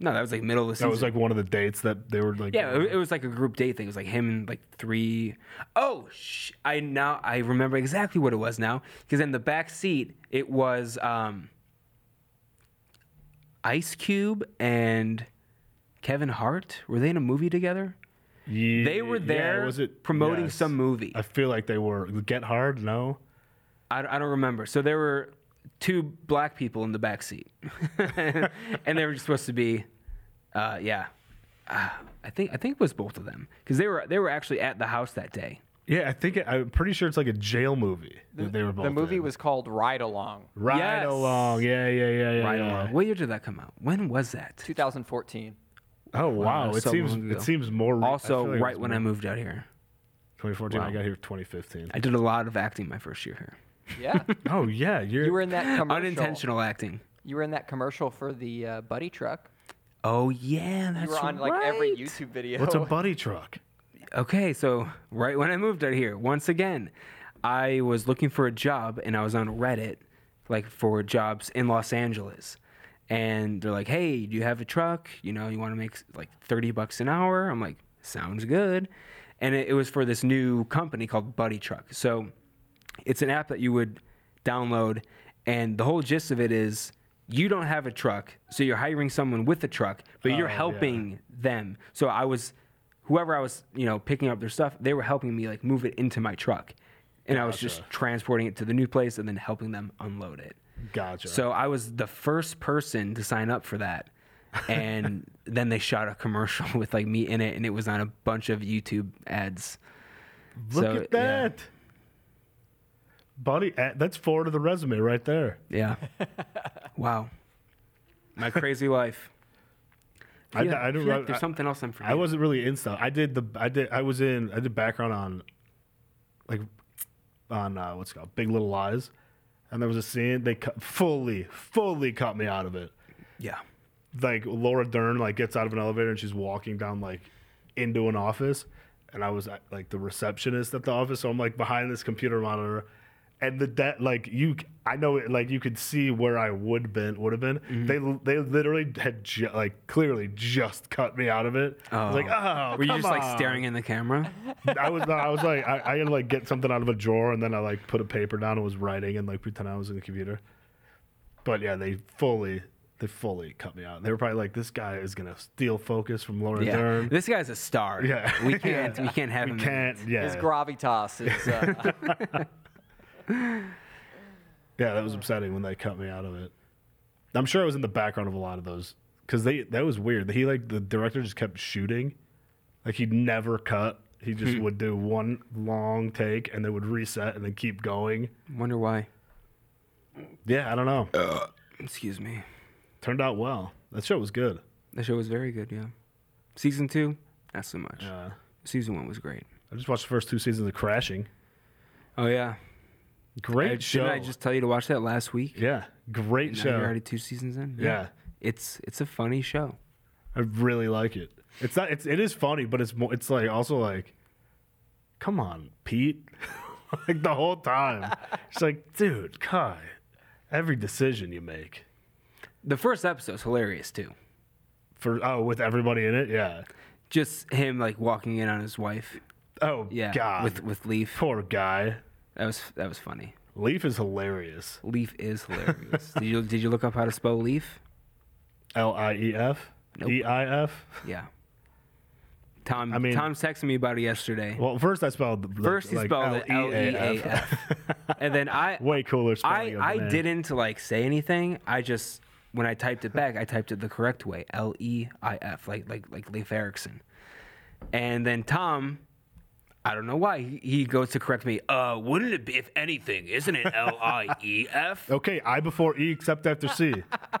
Speaker 1: No, that was like middle of the season.
Speaker 2: That was like one of the dates that they were like.
Speaker 1: yeah, it, it was like a group date thing. It was like him and like three oh sh- I now I remember exactly what it was now because in the back seat it was um, Ice Cube and Kevin Hart. Were they in a movie together?
Speaker 2: Ye-
Speaker 1: They were
Speaker 2: yeah,
Speaker 1: there
Speaker 2: was it
Speaker 1: promoting
Speaker 2: yes.
Speaker 1: some movie.
Speaker 2: I feel like they were Get Hard. No,
Speaker 1: I, I don't remember. So there were two black people in the back seat, and they were just supposed to be, uh, yeah. Uh, I think I think it was both of them because they were they were actually at the house that day.
Speaker 2: yeah, I think it, I'm pretty sure it's like a jail movie. that they were both
Speaker 3: The movie
Speaker 2: in.
Speaker 3: was called Ride Along,
Speaker 2: Ride
Speaker 1: Yes.
Speaker 2: Along. Yeah, yeah, yeah, yeah.
Speaker 1: Right
Speaker 2: yeah.
Speaker 1: along. What year did that come out? When was that?
Speaker 3: 2014.
Speaker 2: Oh wow,
Speaker 1: Wow,
Speaker 2: it
Speaker 1: so
Speaker 2: seems
Speaker 1: long ago.
Speaker 2: it seems more. re- I
Speaker 1: Also,
Speaker 2: feel like it
Speaker 1: right
Speaker 2: was
Speaker 1: when I moved out here,
Speaker 2: 2014, I
Speaker 1: Wow.
Speaker 2: got here 2015.
Speaker 1: I did a lot of acting my first year here.
Speaker 3: Yeah,
Speaker 2: oh yeah, you're.
Speaker 3: you were in that commercial.
Speaker 1: Unintentional acting.
Speaker 3: You were in that commercial for the uh, buddy truck.
Speaker 1: Oh yeah, that's
Speaker 3: You were on like every
Speaker 1: right.
Speaker 3: YouTube video.
Speaker 2: What's a buddy truck?
Speaker 1: Okay, so right when I moved out here, once again, I was looking for a job and I was on Reddit, like for jobs in Los Angeles. And they're like, hey, do you have a truck? You know, you want to make like 30 bucks an hour? I'm like, sounds good. And it, it was for this new company called Buddy Truck. So it's an app that you would download. And the whole gist of it is you don't have a truck. So you're hiring someone with a truck, but you're
Speaker 2: Oh, yeah.
Speaker 1: helping them. So I was, whoever I was, you know, picking up their stuff, they were helping me like move it into my truck, and I was just transporting it to the new place and then helping them unload it.
Speaker 2: Gotcha.
Speaker 1: So I was the first person to sign up for that, and then they shot a commercial with like me in it, and it was on a bunch of YouTube ads.
Speaker 2: Look
Speaker 1: so,
Speaker 2: at that. Buddy, eh, that's forward of the resume right there.
Speaker 1: Yeah. wow. My crazy life.
Speaker 2: I,
Speaker 1: Yeah,
Speaker 2: I,
Speaker 1: feel
Speaker 2: don't
Speaker 1: like
Speaker 2: know-
Speaker 1: there's
Speaker 2: I-
Speaker 1: something else I'm
Speaker 2: I
Speaker 1: forgetting.
Speaker 2: wasn't really in stuff. I did the I did I was in I did background on like on uh, what's it called Big Little Lies, and there was a scene they cut, fully fully cut me out of it.
Speaker 1: Yeah.
Speaker 2: Like Laura Dern like gets out of an elevator and she's walking down like into an office, and I was at, like the receptionist at the office, so I'm like behind this computer monitor. and the debt like you I know it like you could see where I would been would have been.
Speaker 1: Mm-hmm.
Speaker 2: They they literally had ju- like clearly just cut me out of it. I was like, oh,
Speaker 1: Were you
Speaker 2: come
Speaker 1: just like
Speaker 2: on."
Speaker 1: staring in the camera?
Speaker 2: I was I was like I, I had to like get something out of a drawer and then I like put a paper down and was writing and like pretend I was in the computer. But yeah, they fully they fully cut me out. They were probably like, this guy is gonna steal focus from Laura
Speaker 1: Yeah.
Speaker 2: Dern.
Speaker 1: This guy's a star.
Speaker 2: um, Yeah.
Speaker 1: We can't we can't have
Speaker 2: we
Speaker 1: him. in-
Speaker 2: can't. Yeah,
Speaker 3: His gravitas is. Uh,
Speaker 2: yeah, that was upsetting when they cut me out of it. I'm sure I was in the background of a lot of those because they that was weird. He like the director just kept shooting, like he'd never cut. He just would do one long take and they would reset and then keep going.
Speaker 1: Wonder why.
Speaker 2: Yeah, I don't know.
Speaker 1: Excuse me.
Speaker 2: Turned out well. That show was good.
Speaker 1: The show was very good. Yeah. Season two, not so much.
Speaker 2: Uh,
Speaker 1: Season one was great.
Speaker 2: I just watched the first two seasons of Crashing.
Speaker 1: Oh yeah.
Speaker 2: Great
Speaker 1: I,
Speaker 2: show.
Speaker 1: Didn't I just tell you to watch that last week?
Speaker 2: yeah, great
Speaker 1: Now
Speaker 2: show.
Speaker 1: You're already two seasons in.
Speaker 2: Yeah.
Speaker 1: It's it's a funny show.
Speaker 2: I really like it. It's not. It's it is funny, but it's more. It's like also like, come on, Pete. like the whole time, it's like, dude, Kai, every decision you make
Speaker 1: The first episode's hilarious too.
Speaker 2: for oh with everybody in it, yeah.
Speaker 1: Just him like walking in on his wife.
Speaker 2: Oh
Speaker 1: Yeah.
Speaker 2: God,
Speaker 1: With with Leaf.
Speaker 2: poor guy.
Speaker 1: That was that was funny.
Speaker 2: Leaf is hilarious.
Speaker 1: Leaf is hilarious. did you did you look up how to spell Leaf?
Speaker 2: L I E F
Speaker 1: Nope.
Speaker 2: E I F.
Speaker 1: Yeah. Tom
Speaker 2: I mean-
Speaker 1: Tom's texting me about it yesterday.
Speaker 2: Well, first I spelled
Speaker 1: First he
Speaker 2: like,
Speaker 1: spelled it L E A
Speaker 2: L-E-A-F.
Speaker 1: F. And then I
Speaker 2: Way cooler spelling.
Speaker 1: I,
Speaker 2: of the
Speaker 1: I
Speaker 2: name.
Speaker 1: didn't like say anything. I just when I typed it back, I typed it the correct way. L E I F, like like like Leif Erikson. And then Tom, I don't know why, he, he goes to correct me. Uh wouldn't it be if anything, isn't it L I E F?
Speaker 2: Okay, I before E except after C.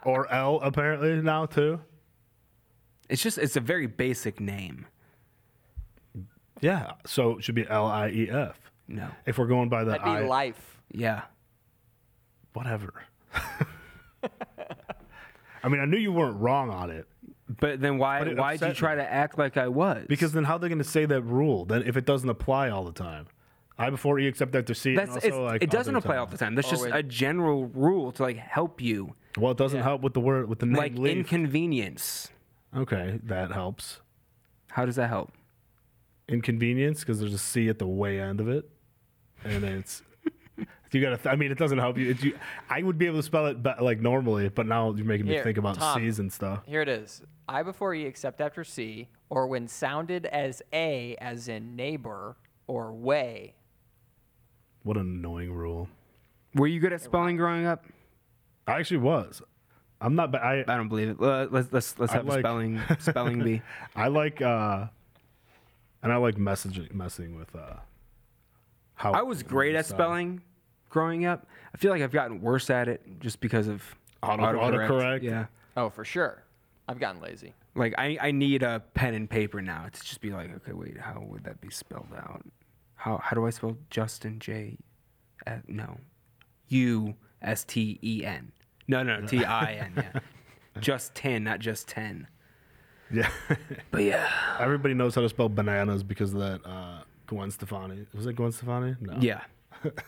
Speaker 2: or L apparently now too.
Speaker 1: It's just it's a very basic name.
Speaker 2: Yeah. So it should be L I E F.
Speaker 1: No.
Speaker 2: If we're going by the
Speaker 3: that'd be
Speaker 2: I,
Speaker 3: life.
Speaker 1: Yeah.
Speaker 2: whatever. I mean, I knew you weren't wrong on it
Speaker 1: But then why
Speaker 2: But it
Speaker 1: why'd you
Speaker 2: upset
Speaker 1: try
Speaker 2: me.
Speaker 1: to act like I was?
Speaker 2: because then how are they going to say that rule then if it doesn't apply all the time? I before E except after C. and
Speaker 1: That's
Speaker 2: also,
Speaker 1: it's,
Speaker 2: like,
Speaker 1: it doesn't
Speaker 2: other
Speaker 1: apply all
Speaker 2: times.
Speaker 1: the time. That's
Speaker 3: Or
Speaker 1: just
Speaker 3: when-
Speaker 1: a general rule to like help you,
Speaker 2: Well, it doesn't help with the word with the name
Speaker 1: like
Speaker 2: leaf.
Speaker 1: inconvenience.
Speaker 2: okay, that helps.
Speaker 1: How does that help?
Speaker 2: Inconvenience because there's a C at the way end of it, and it's. You gotta. Th- I mean, it doesn't help you. It's you. I would be able to spell it be- like normally, but now you're making me
Speaker 3: Here,
Speaker 2: think about
Speaker 3: Tom.
Speaker 2: C's and stuff.
Speaker 3: Here it is. I before E except after C, or when sounded as A as in neighbor or way.
Speaker 2: What an annoying rule.
Speaker 1: Were you good at spelling growing up?
Speaker 2: I actually was. I'm not. Ba- I
Speaker 1: I don't believe it. Uh, Let's let's let's
Speaker 2: I
Speaker 1: have a
Speaker 2: like-
Speaker 1: spelling spelling bee.
Speaker 2: I like uh and I like messaging messing with uh how
Speaker 1: I was great at
Speaker 2: so-
Speaker 1: spelling growing up. I feel like I've gotten worse at it just because of
Speaker 2: Auto- autocorrect.
Speaker 1: Yeah,
Speaker 3: Oh, for sure. I've gotten lazy.
Speaker 1: like I I need a pen and paper now to just be like, okay, wait, how would that be spelled out? How how do I spell Justin J? Uh, no, U S T E N. No, no, T I N. Yeah, just ten, not just ten.
Speaker 2: Yeah.
Speaker 1: But yeah,
Speaker 2: Everybody knows how to spell bananas because of that uh Gwen Stefani. Was it Gwen Stefani? No.
Speaker 1: yeah.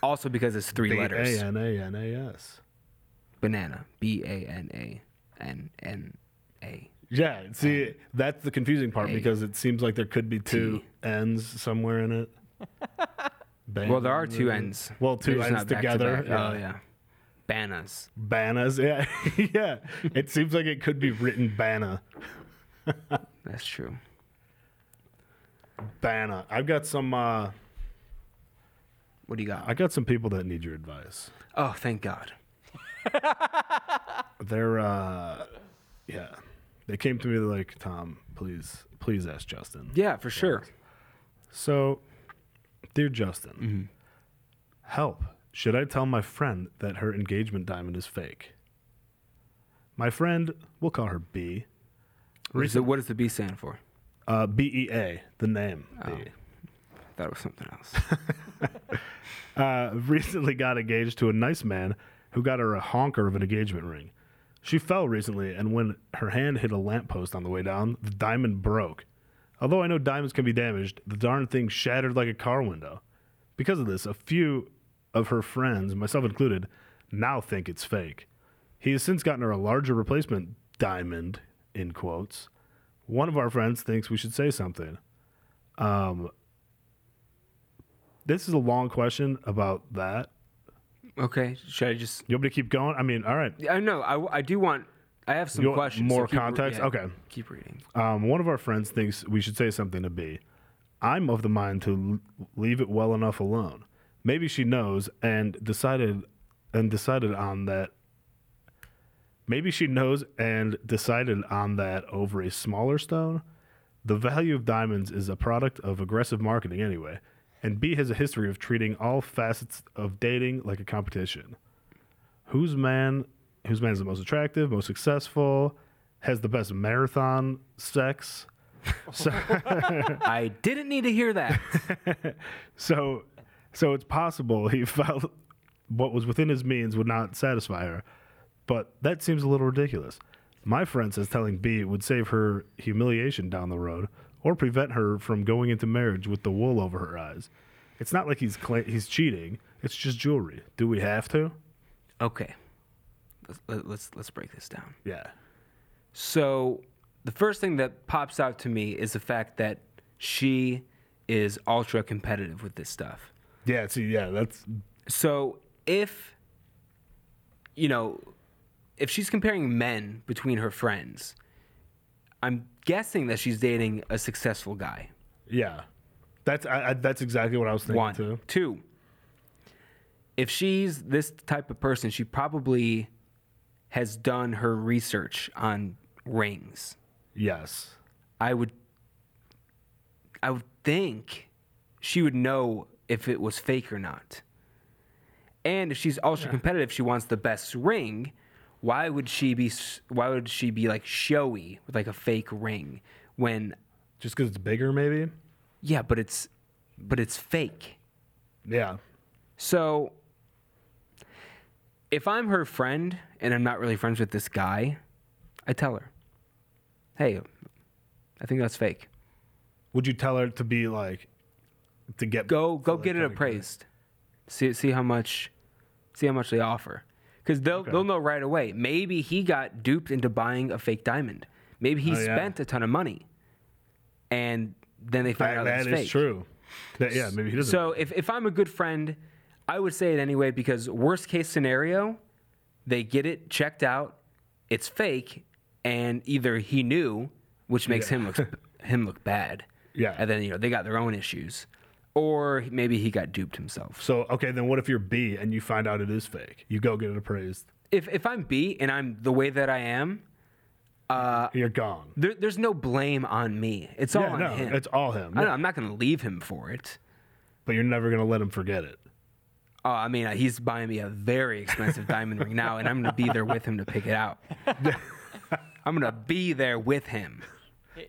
Speaker 1: Also because it's three letters.
Speaker 2: A N A N A S.
Speaker 1: Banana. B A N A N N A.
Speaker 2: Yeah,
Speaker 1: Um,
Speaker 2: see that's the confusing part because it seems like there could be two ends somewhere in it. Ban-
Speaker 1: Well, there are two ends.
Speaker 2: Well, two
Speaker 1: They're just
Speaker 2: ends
Speaker 1: not back to
Speaker 2: together,
Speaker 1: back.
Speaker 2: yeah.
Speaker 1: Oh yeah. Banas.
Speaker 2: Banas, yeah, yeah. It seems like it could be written Bana.
Speaker 1: That's true.
Speaker 2: Bana. I've got some. uh
Speaker 1: What do you got?
Speaker 2: I got some people that need your advice.
Speaker 1: Oh, thank God.
Speaker 2: they're uh yeah they came to me they're like tom please please ask justin
Speaker 1: Yeah, for sure.
Speaker 2: so dear justin help should i tell my friend that her engagement diamond is fake my friend we'll call her b
Speaker 1: What is, the, what does the B stand for?
Speaker 2: uh, b-e-a the name B.
Speaker 1: I thought it was something else.
Speaker 2: uh, recently got engaged to a nice man who got her a honker of an engagement ring. She fell recently, and when her hand hit a lamppost on the way down, the diamond broke. Although I know diamonds can be damaged, the darn thing shattered like a car window. Because of this, a few of her friends, myself included, now think it's fake. He has since gotten her a larger replacement diamond, in quotes. One of our friends thinks we should say something. Um, this is a long question about that.
Speaker 1: Okay. Should I just?
Speaker 2: You want me to keep going? I mean, all right.
Speaker 1: I know. I, I do want. I have some
Speaker 2: You want
Speaker 1: questions.
Speaker 2: more
Speaker 1: keep re-
Speaker 2: context? Okay.
Speaker 1: Keep reading.
Speaker 2: Um, one of our friends thinks we should say something to B. I'm of the mind to l- leave it well enough alone. Maybe she knows and decided and decided on that. Maybe she knows and decided on that over a smaller stone. The value of diamonds is a product of aggressive marketing anyway, and B has a history of treating all facets of dating like a competition whose man whose man is the most attractive, most successful, has the best marathon sex. So,
Speaker 1: I didn't need to hear that.
Speaker 2: so so it's possible he felt what was within his means would not satisfy her. But that seems a little ridiculous. My friend says telling B would save her humiliation down the road or prevent her from going into marriage with the wool over her eyes. It's not like he's cla- he's cheating. It's just jewelry. Do we have to?
Speaker 1: okay. Let's, let- let's let's break this down.
Speaker 2: Yeah.
Speaker 1: So the first thing that pops out to me is the fact that she is ultra competitive with this stuff.
Speaker 2: Yeah, see, yeah, that's
Speaker 1: So if you know if she's comparing men between her friends, I'm guessing that she's dating a successful guy.
Speaker 2: Yeah, that's I, I, that's exactly what I was thinking
Speaker 1: One,
Speaker 2: too.
Speaker 1: two. If she's this type of person, she probably has done her research on rings.
Speaker 2: Yes,
Speaker 1: I would I would think she would know if it was fake or not. And if she's ultra competitive, she wants the best ring. Why would she be s- why would she be like showy with like a fake ring when
Speaker 2: just because it's bigger, maybe.
Speaker 1: yeah, but it's but it's fake.
Speaker 2: Yeah,
Speaker 1: So if I'm her friend and I'm not really friends with this guy, I tell her, "Hey, I think that's fake.
Speaker 2: would you tell her to be like to get
Speaker 1: Go go
Speaker 2: for that
Speaker 1: get it
Speaker 2: kind of guy?
Speaker 1: appraised. See see how much see how much they offer. Cuz they'll they'll know right away. Maybe he got duped into buying a fake diamond. Maybe he
Speaker 2: Oh, yeah.
Speaker 1: spent a ton of money. And then they find
Speaker 2: That,
Speaker 1: out
Speaker 2: that
Speaker 1: it's
Speaker 2: is
Speaker 1: fake.
Speaker 2: true. That- yeah, maybe he doesn't.
Speaker 1: So if, if I'm a good friend, I would say it anyway because worst case scenario, they get it checked out, it's fake, and either he knew, which makes him look him look bad.
Speaker 2: Yeah.
Speaker 1: And then you know they got their own issues, or maybe he got duped himself.
Speaker 2: so okay, then what if you're B and you find out it is fake? You go get it appraised.
Speaker 1: If if I'm B and I'm the way that I am,
Speaker 2: You're gone.
Speaker 1: there, there's no blame on me. It's all
Speaker 2: yeah,
Speaker 1: Uh, on
Speaker 2: no,
Speaker 1: him.
Speaker 2: it's all him.
Speaker 1: I know,
Speaker 2: Yeah,
Speaker 1: I'm not going to leave him for it.
Speaker 2: But you're never gonna let him forget it.
Speaker 1: Oh, I mean, uh, he's buying me a very expensive diamond ring now, and I'm going to be there with him to pick it out. I'm going to be there with him.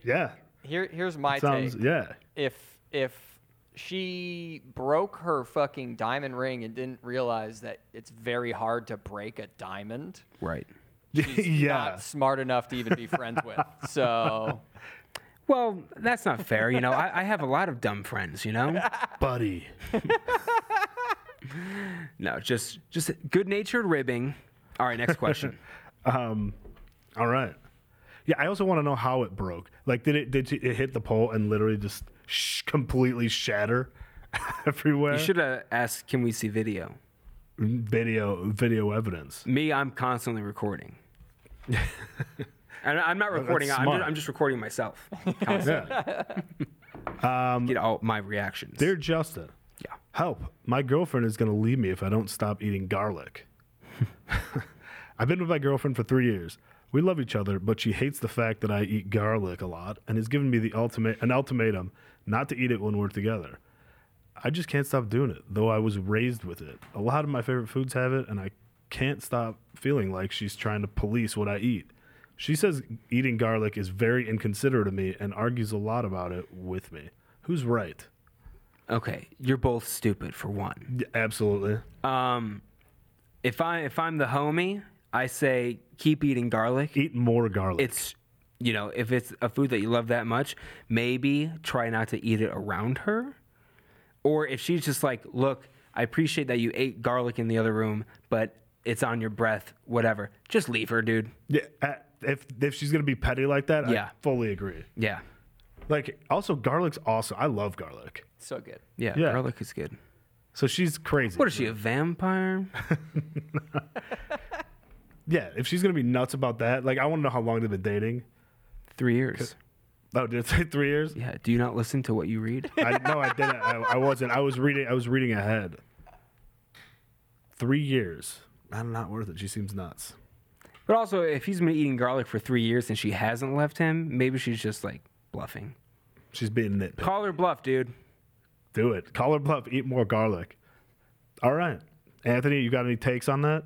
Speaker 2: Yeah,
Speaker 3: Here, here's my
Speaker 2: sounds
Speaker 3: take.
Speaker 2: yeah.
Speaker 3: If if she broke her fucking diamond ring and didn't realize that it's very hard to break a diamond,
Speaker 1: Right.
Speaker 3: she's
Speaker 2: Yeah.
Speaker 3: not smart enough to even be friends with. So
Speaker 1: Well, that's not fair. You know, I, I have a lot of dumb friends. You know,
Speaker 2: buddy.
Speaker 1: no, just just good-natured ribbing. All right, next question.
Speaker 2: All right. Yeah, I also want to know how it broke. Like, did it did it hit the pole and literally just sh- completely shatter everywhere?
Speaker 1: You should have asked, "Can we see video?"
Speaker 2: video video evidence.
Speaker 1: Me, I'm constantly recording. And I'm not recording. I'm
Speaker 2: smart.
Speaker 1: just, I'm just recording myself. Constantly.
Speaker 2: Yeah,
Speaker 1: Get all my reactions.
Speaker 2: dear Justin.
Speaker 1: Yeah.
Speaker 2: Help! My girlfriend is gonna leave me if I don't stop eating garlic. I've been with my girlfriend for three years. We love each other, but she hates the fact that I eat garlic a lot and has given me the ultimate an ultimatum not to eat it when we're together. I just can't stop doing it, though I was raised with it. A lot of my favorite foods have it, and I can't stop feeling like she's trying to police what I eat. She says eating garlic is very inconsiderate of me and argues a lot about it with me. Who's right?
Speaker 1: Okay, you're both stupid for one.
Speaker 2: Yeah, absolutely.
Speaker 1: Um, if I if I'm the homie, I say keep eating garlic.
Speaker 2: Eat more garlic.
Speaker 1: It's you know if it's a food that you love that much, maybe try not to eat it around her, or if she's just like, look, I appreciate that you ate garlic in the other room, but it's on your breath, whatever. Just leave her, dude.
Speaker 2: Yeah, uh, if if she's gonna be petty like that, I
Speaker 1: Yeah.
Speaker 2: fully agree.
Speaker 1: Yeah.
Speaker 2: Like, also garlic's awesome. I love garlic.
Speaker 3: So good.
Speaker 1: Yeah.
Speaker 2: Yeah.
Speaker 1: Garlic is good.
Speaker 2: So she's crazy.
Speaker 1: What is she, a vampire?
Speaker 2: Yeah, if she's gonna be nuts about that, like I want to know how long they've been dating.
Speaker 1: Three years.
Speaker 2: Oh, did it say three years?
Speaker 1: Yeah. Do you not listen to what you read?
Speaker 2: I, no, I didn't. I, I wasn't. I was reading. I was reading ahead. Three years. I'm not worth it. She seems nuts.
Speaker 1: But also, if he's been eating garlic for three years and she hasn't left him, maybe she's just like bluffing.
Speaker 2: She's being nitpicky.
Speaker 1: Call her bluff, dude.
Speaker 2: Do it. Call her bluff. Eat more garlic. All right, Anthony. You got any takes on that?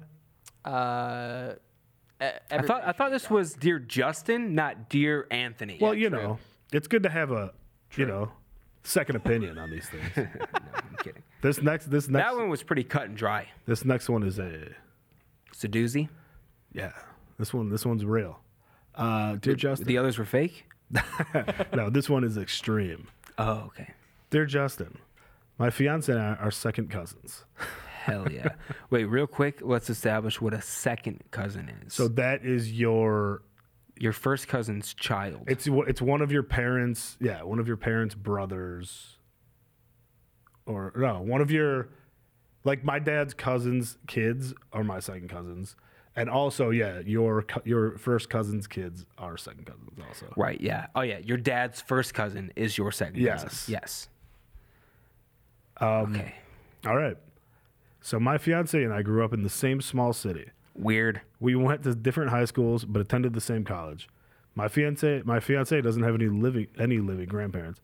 Speaker 3: Uh, e-
Speaker 1: I thought
Speaker 3: everybody
Speaker 1: I thought this was dear Justin, not dear Anthony.
Speaker 2: Well, you know, it's good to have a you know second opinion on these things.
Speaker 1: I'm kidding.
Speaker 2: this next, this next,
Speaker 1: That one was pretty cut and dry.
Speaker 2: this next one is a
Speaker 1: It's a doozy.
Speaker 2: yeah. This one, this one's real. Uh, dear Justin,
Speaker 1: The others were fake.
Speaker 2: no, this one is extreme.
Speaker 1: Oh, okay.
Speaker 2: Dear Justin, my fiance and I are second cousins.
Speaker 1: Hell yeah. Wait, real quick, let's establish what a second cousin is.
Speaker 2: So that is your
Speaker 1: your first cousin's child.
Speaker 2: it's wh- it's one of your parents, yeah, one of your parents' brothers or no, one of your like my dad's cousins' kids are my second cousins. And also, yeah, your cou- your first cousin's kids are second cousins also.
Speaker 1: right, yeah. Oh yeah, your dad's first cousin is your second
Speaker 2: Yes.
Speaker 1: cousin. Yes. Um, okay.
Speaker 2: All right. So my fiance and I grew up in the same small city.
Speaker 1: Weird.
Speaker 2: We went to different high schools, but attended the same college. My fiance, my fiance doesn't have any living any living grandparents.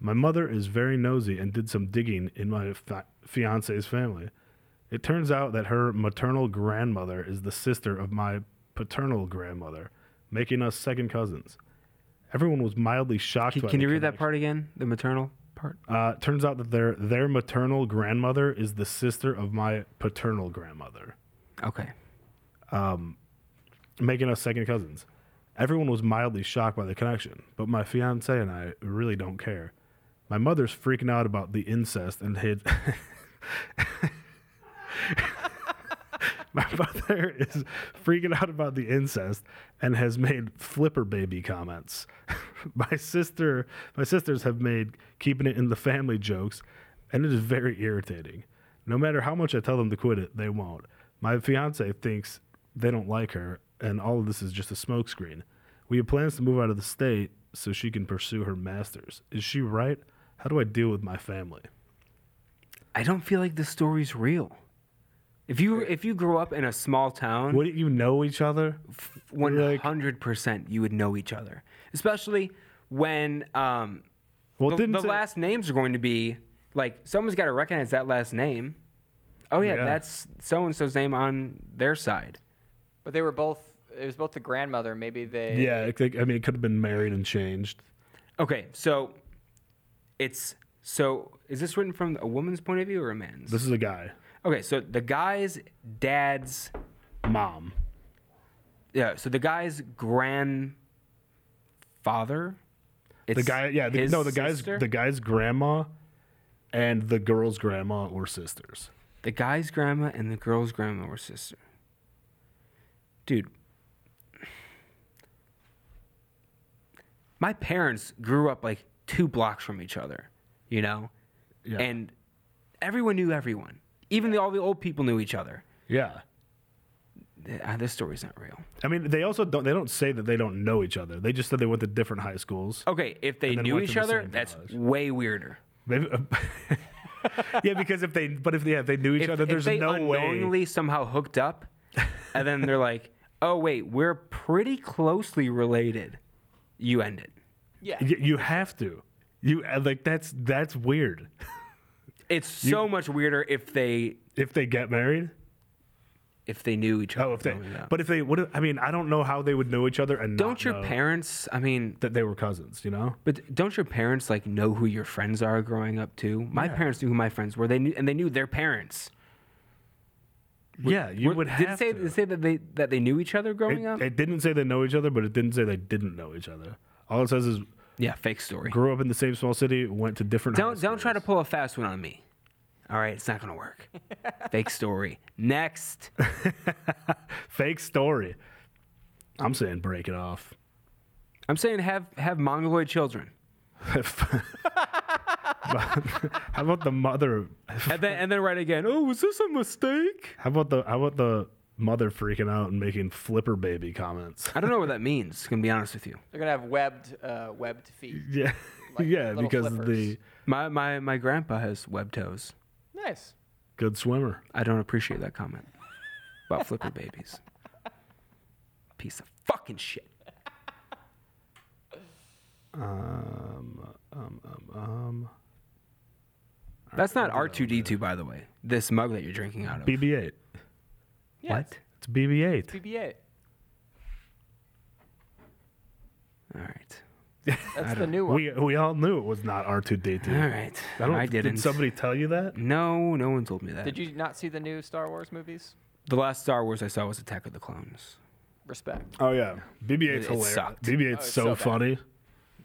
Speaker 2: My mother is very nosy and did some digging in my fa- fiance's family. It turns out that her maternal grandmother is the sister of my paternal grandmother, making us second cousins. Everyone was mildly shocked.
Speaker 1: Can,
Speaker 2: by
Speaker 1: can
Speaker 2: the
Speaker 1: you read that
Speaker 2: connection.
Speaker 1: part again? The maternal part?
Speaker 2: Uh, turns out that their their maternal grandmother is the sister of my paternal grandmother.
Speaker 1: Okay.
Speaker 2: making us second cousins. Everyone was mildly shocked by the connection, but my fiance and I really don't care. My mother's freaking out about the incest and hid. my mother is freaking out about the incest and has made flipper baby comments. my sister, my sisters have made keeping it in the family jokes, and it is very irritating. No matter how much I tell them to quit it, they won't. My fiance thinks they don't like her, and all of this is just a smokescreen. We have plans to move out of the state so she can pursue her master's. Is she right? How do I deal with my family?
Speaker 1: I don't feel like the story's real. If you if you grew up in a small town,
Speaker 2: Wouldn't you know each other?
Speaker 1: one hundred percent you would know each other, especially when um,
Speaker 2: Well,
Speaker 1: the,
Speaker 2: didn't
Speaker 1: the
Speaker 2: say-
Speaker 1: last names are going to be like someone's got to recognize that last name. Oh yeah,
Speaker 2: Yeah.
Speaker 1: that's so and so's name on their side.
Speaker 3: But they were both. It was both the grandmother. Maybe they.
Speaker 2: Yeah, I think- I mean, it could have been married and changed.
Speaker 1: Okay, so it's so is this written from a woman's point of view or a man's?
Speaker 2: This is a guy,
Speaker 1: okay, so the guy's dad's
Speaker 2: mom.
Speaker 1: yeah, so the guy's grandfather.
Speaker 2: The guy, yeah, the,
Speaker 1: his
Speaker 2: no, the guy's
Speaker 1: sister?
Speaker 2: the guy's grandma, and the girl's grandma were sisters.
Speaker 1: The guy's grandma and the girl's grandma were sister. Dude. My parents grew up like two blocks from each other, you know?
Speaker 2: Yeah.
Speaker 1: And everyone knew everyone. Even the, all the old people knew each other.
Speaker 2: Yeah,
Speaker 1: Th- uh, This story's not real.
Speaker 2: I mean, they also don't they don't say that they don't know each other. They just said they went to different high schools.
Speaker 1: Okay, if they
Speaker 2: And then
Speaker 1: knew
Speaker 2: went to
Speaker 1: each
Speaker 2: the
Speaker 1: other,
Speaker 2: same
Speaker 1: that's
Speaker 2: college.
Speaker 1: way weirder.
Speaker 2: Maybe, uh, yeah, because if they, but if yeah, if they knew each
Speaker 1: If,
Speaker 2: other,
Speaker 1: if
Speaker 2: there's
Speaker 1: they
Speaker 2: no way.
Speaker 1: unknowingly somehow hooked up, and then they're like, oh, wait, we're pretty closely related, you end it.
Speaker 3: Yeah.
Speaker 2: Y- you have to. You uh, like that's that's weird.
Speaker 1: It's so much weirder if they
Speaker 2: If they get married,
Speaker 1: if they knew each other.
Speaker 2: oh, if they,
Speaker 1: growing up.
Speaker 2: but if they, what? if- I mean, I don't know how they would know each other and
Speaker 1: don't
Speaker 2: not
Speaker 1: your
Speaker 2: know
Speaker 1: parents? I mean,
Speaker 2: that they were cousins. You know,
Speaker 1: but don't your parents like know who your friends are growing up too? My parents knew who my friends were. They knew and they knew their parents.
Speaker 2: yeah, you
Speaker 1: Were-
Speaker 2: would
Speaker 1: did
Speaker 2: have
Speaker 1: it say
Speaker 2: to.
Speaker 1: did it say that they that they knew each other growing
Speaker 2: It,
Speaker 1: up?
Speaker 2: it didn't say they know each other, but it didn't say they didn't know each other. All it says is
Speaker 1: yeah, fake story.
Speaker 2: grew up in the same small city, went to different. high
Speaker 1: Don't don't try to
Speaker 2: schools.
Speaker 1: pull a fast one on me. All right, it's not gonna work. Fake story. Next.
Speaker 2: Fake story. I'm saying break it off.
Speaker 1: I'm saying have have mongoloid children.
Speaker 2: How about the mother?
Speaker 1: And then and then write again. Oh, was this a mistake?
Speaker 2: How about the how about the mother freaking out and making flipper baby comments?
Speaker 1: I don't know what that means. Gonna be honest with you.
Speaker 3: They're gonna have webbed, uh, webbed feet.
Speaker 2: Yeah,
Speaker 3: Like
Speaker 2: yeah,
Speaker 3: little
Speaker 2: because
Speaker 3: flippers.
Speaker 2: the
Speaker 1: My my my grandpa has web toes.
Speaker 3: Nice.
Speaker 2: good swimmer.
Speaker 1: I don't appreciate that comment about flipper babies. Piece of fucking shit.
Speaker 2: Um, um, um, um.
Speaker 1: That's not R2D2, by the way. This mug that you're drinking out of.
Speaker 2: BB-8.
Speaker 3: Yeah,
Speaker 1: What?
Speaker 2: It's BB-8.
Speaker 3: BB-8.
Speaker 1: All right.
Speaker 3: That's the new one.
Speaker 2: We we all knew it was not R2D2.
Speaker 1: All right.
Speaker 2: I don't.
Speaker 1: I didn't.
Speaker 2: Did somebody tell you that?
Speaker 1: No, no one told me that.
Speaker 3: Did you not see the new Star Wars movies?
Speaker 1: The last Star Wars I saw was Attack of the Clones.
Speaker 3: Respect.
Speaker 2: Oh yeah,
Speaker 1: It
Speaker 2: BB-8's hilarious.
Speaker 1: sucked.
Speaker 2: BB-8's
Speaker 3: it's
Speaker 2: Oh, so,
Speaker 3: so bad.
Speaker 2: funny,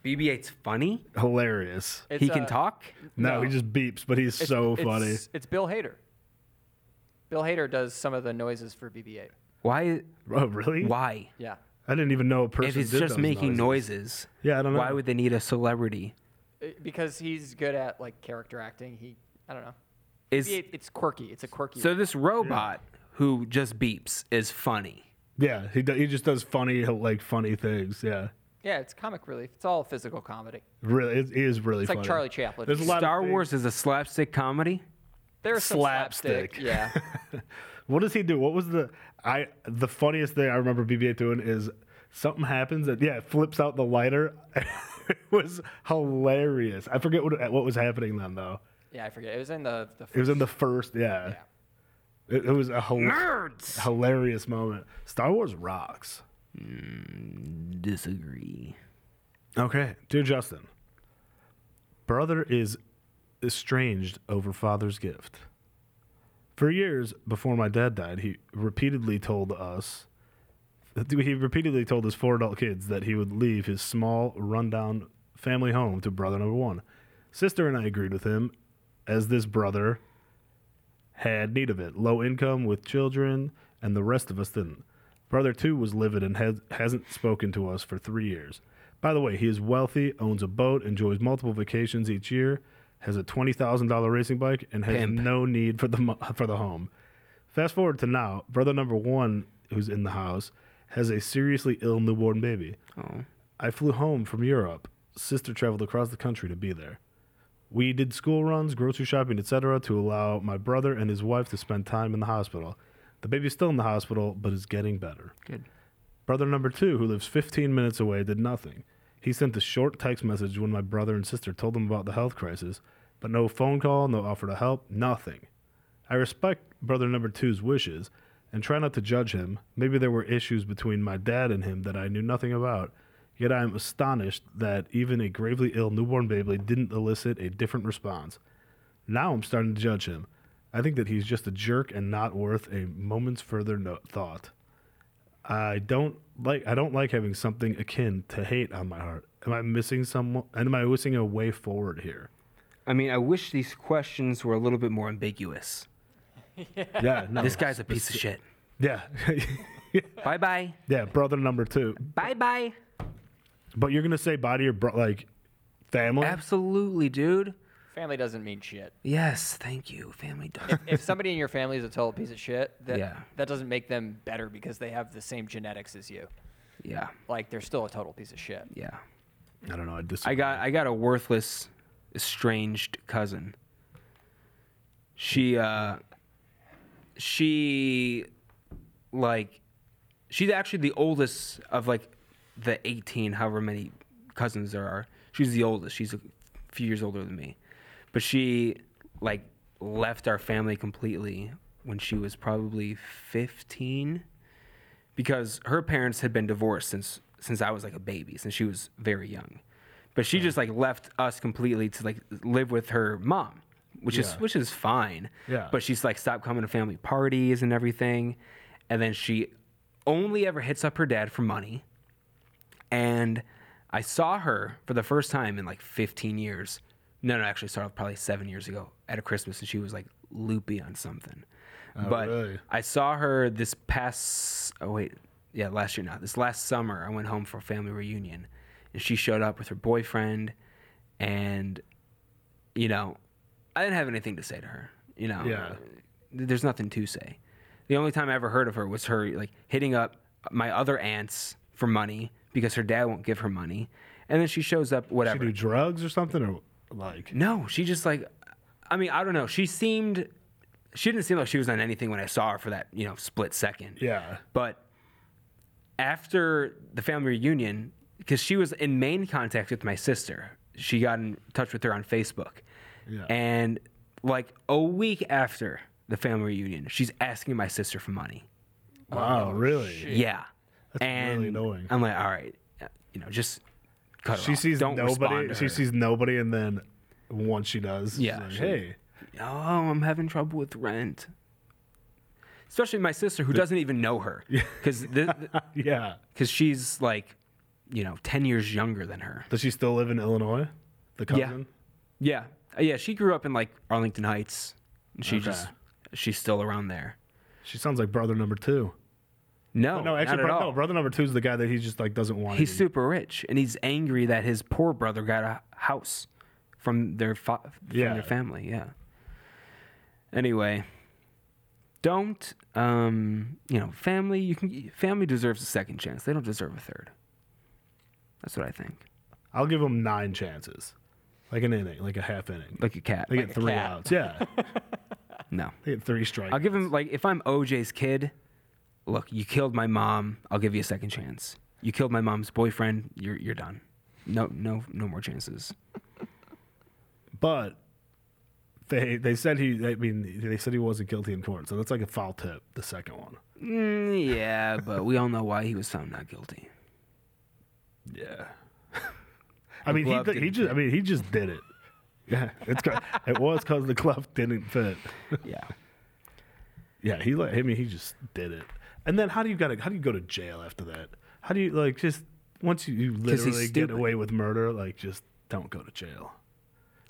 Speaker 1: BB-8's funny.
Speaker 2: hilarious.
Speaker 3: It's,
Speaker 1: he can
Speaker 3: uh,
Speaker 1: talk.
Speaker 2: No,
Speaker 3: No.
Speaker 2: he just beeps, but he's
Speaker 3: it's-
Speaker 2: so
Speaker 3: it's-
Speaker 2: funny.
Speaker 3: It's, Bill Hader. Bill Hader does some of the noises for BB-8.
Speaker 1: Why?
Speaker 2: Oh really?
Speaker 1: Why?
Speaker 3: Yeah.
Speaker 2: I didn't even know a person.
Speaker 1: If he's
Speaker 2: did
Speaker 1: just
Speaker 2: those
Speaker 1: making
Speaker 2: noises.
Speaker 1: noises,
Speaker 2: Yeah, I don't know.
Speaker 1: why would they need a celebrity?
Speaker 3: Uh, Because he's good at like character acting. He, I don't know.
Speaker 1: Is
Speaker 3: BB-8, it's quirky. It's a quirky.
Speaker 1: so this robot who just beeps is funny.
Speaker 2: Yeah, he do, he just does funny like funny things. Yeah,
Speaker 3: yeah, it's comic relief. It's all physical comedy.
Speaker 2: really, it, it is really.
Speaker 3: It's
Speaker 2: funny.
Speaker 3: like Charlie Chaplin.
Speaker 2: There's a lot
Speaker 1: Star
Speaker 2: of things-
Speaker 1: Wars is a slapstick comedy.
Speaker 3: There's some slapstick.
Speaker 2: slapstick.
Speaker 3: Yeah.
Speaker 2: What does he do? What was the I the funniest thing I remember BB-8 doing is something happens and yeah, it flips out the lighter. it was hilarious. I forget what what was happening then though.
Speaker 3: Yeah, I forget. It was in the the. First,
Speaker 2: It was in the first yeah. It, it was a hil-
Speaker 1: Nerds
Speaker 2: hilarious moment. Star Wars rocks.
Speaker 1: disagree.
Speaker 2: Okay, dear Justin, brother is estranged over father's gift. For years before my dad died, he repeatedly told us, he repeatedly told his four adult kids that he would leave his small, rundown family home to brother number one. Sister and I agreed with him, as this brother had need of it. Low income with children, and the rest of us didn't. Brother two was livid and has, hasn't spoken to us for three years. By the way, he is wealthy, owns a boat, enjoys multiple vacations each year, has a twenty thousand dollar racing bike, and has
Speaker 1: Pimp.
Speaker 2: no need for the mo- for the home. Fast forward to now, brother number one, who's in the house, has a seriously ill newborn baby.
Speaker 1: Oh,
Speaker 2: I flew home from Europe. Sister traveled across the country to be there. We did school runs, grocery shopping, etc., to allow my brother and his wife to spend time in the hospital. The baby's still in the hospital, but is getting better.
Speaker 1: good.
Speaker 2: Brother number two, who lives 15 minutes away, did nothing. He sent a short text message when my brother and sister told him about the health crisis, but no phone call, no offer to help, nothing. I respect brother number two's wishes and try not to judge him. Maybe there were issues between my dad and him that I knew nothing about, yet I am astonished that even a gravely ill newborn baby didn't elicit a different response. Now I'm starting to judge him. I think that he's just a jerk and not worth a moment's further no- thought. I don't like I don't like having something akin to hate on my heart. Am I missing someone? And am I missing a way forward here?
Speaker 1: I mean, I wish these questions were a little bit more ambiguous.
Speaker 2: Yeah, no.
Speaker 1: This guy's a piece of shit.
Speaker 2: yeah,
Speaker 1: Bye bye.
Speaker 2: yeah, brother number two.
Speaker 1: Bye bye.
Speaker 2: But you're gonna say bye to your bro- like family.
Speaker 1: Absolutely, dude.
Speaker 3: family doesn't mean shit.
Speaker 1: Yes, thank you. Family does.
Speaker 3: If somebody in your family is a total piece of shit, that
Speaker 1: Yeah.
Speaker 3: that doesn't make them better because they have the same genetics as you.
Speaker 1: yeah,
Speaker 3: Like they're still a total piece of shit.
Speaker 1: yeah.
Speaker 2: I don't know. I disagree.
Speaker 1: I got I got a worthless, estranged cousin. She uh, she, like, she's actually the oldest of like the eighteen, however many cousins there are. She's the oldest. She's a few years older than me, but she like left our family completely when she was probably fifteen. because her parents had been divorced since since I was like a baby, since she was very young. But she just like left us completely to like live with her mom, which is
Speaker 2: Yeah.
Speaker 1: which is fine.
Speaker 2: Yeah.
Speaker 1: But she's like stopped coming to family parties and everything, and then she only ever hits up her dad for money. And I saw her for the first time in like 15 years No, no, actually started off probably seven years ago at a Christmas, and she was like loopy on something.
Speaker 2: Oh,
Speaker 1: but
Speaker 2: really?
Speaker 1: I saw her this past. Oh wait, yeah, last year now. This last summer, I went home for a family reunion, and she showed up with her boyfriend, and you know, I didn't have anything to say to her. You know,
Speaker 2: Yeah.
Speaker 1: there's nothing to say. The only time I ever heard of her was her like hitting up my other aunts for money because her dad won't give her money, and then she shows up
Speaker 2: She
Speaker 1: whatever.
Speaker 2: do drugs or something or like.
Speaker 1: No, she just like, I mean, I don't know. She seemed, she didn't seem like she was on anything when I saw her for that, you know, split second.
Speaker 2: Yeah.
Speaker 1: But after the family reunion, because she was in main contact with my sister, she got in touch with her on Facebook.
Speaker 2: Yeah.
Speaker 1: And like a week after the family reunion, she's asking my sister for money.
Speaker 2: Wow, really?
Speaker 1: Yeah.
Speaker 2: That's
Speaker 1: and
Speaker 2: really annoying.
Speaker 1: I'm like, all right, you know, just cut her
Speaker 2: She
Speaker 1: off.
Speaker 2: sees
Speaker 1: Don't respond
Speaker 2: nobody.
Speaker 1: to
Speaker 2: She
Speaker 1: her.
Speaker 2: sees nobody, and then once she does, she's
Speaker 1: Yeah,
Speaker 2: like,
Speaker 1: she-
Speaker 2: hey,
Speaker 1: oh, I'm having trouble with rent. Especially my sister, who doesn't even know her, because
Speaker 2: yeah.
Speaker 1: because she's like, you know, ten years younger than her.
Speaker 2: Does she still live in Illinois? The cousin.
Speaker 1: Yeah, Uh, yeah. She grew up in like Arlington Heights. And she
Speaker 2: Okay.
Speaker 1: just she's still around there.
Speaker 2: She sounds like brother number two.
Speaker 1: No,
Speaker 2: No, actually,
Speaker 1: not at
Speaker 2: bro-
Speaker 1: all.
Speaker 2: no. Brother number two is the guy that he just like doesn't want.
Speaker 1: He's
Speaker 2: any-
Speaker 1: super rich, and he's angry that his poor brother got a house from their fa- from
Speaker 2: Yeah.
Speaker 1: their family. Yeah. Anyway, don't um, you know family? You can family deserves a second chance. They don't deserve a third. That's what I think.
Speaker 2: I'll give him nine chances, like an inning, like a half inning.
Speaker 1: Like a cat.
Speaker 2: They get
Speaker 3: a
Speaker 2: three
Speaker 3: cat.
Speaker 2: outs. Yeah,
Speaker 1: no,
Speaker 2: they get three strikes.
Speaker 1: I'll give him like if I'm OJ's kid. Look, you killed my mom. I'll give you a second chance. You killed my mom's boyfriend. You're you're done. No no no more chances.
Speaker 2: But they they said he. I mean, they said he wasn't guilty in court, so that's like a foul tip. The second one.
Speaker 1: Mm, yeah, but we all know why he was found not guilty.
Speaker 2: Yeah. I mean, he,
Speaker 1: glove
Speaker 2: he
Speaker 1: didn't
Speaker 2: just. I
Speaker 1: fit.
Speaker 2: mean, he just did it. Yeah, it's 'cause- it was because the glove didn't fit.
Speaker 1: Yeah.
Speaker 2: Yeah, he like. I mean, he just did it. And then how do you got to? How do you go to jail after that? How do you like just once you, you
Speaker 1: he's
Speaker 2: literally get
Speaker 1: stupid.
Speaker 2: away with murder? Like just don't go to jail.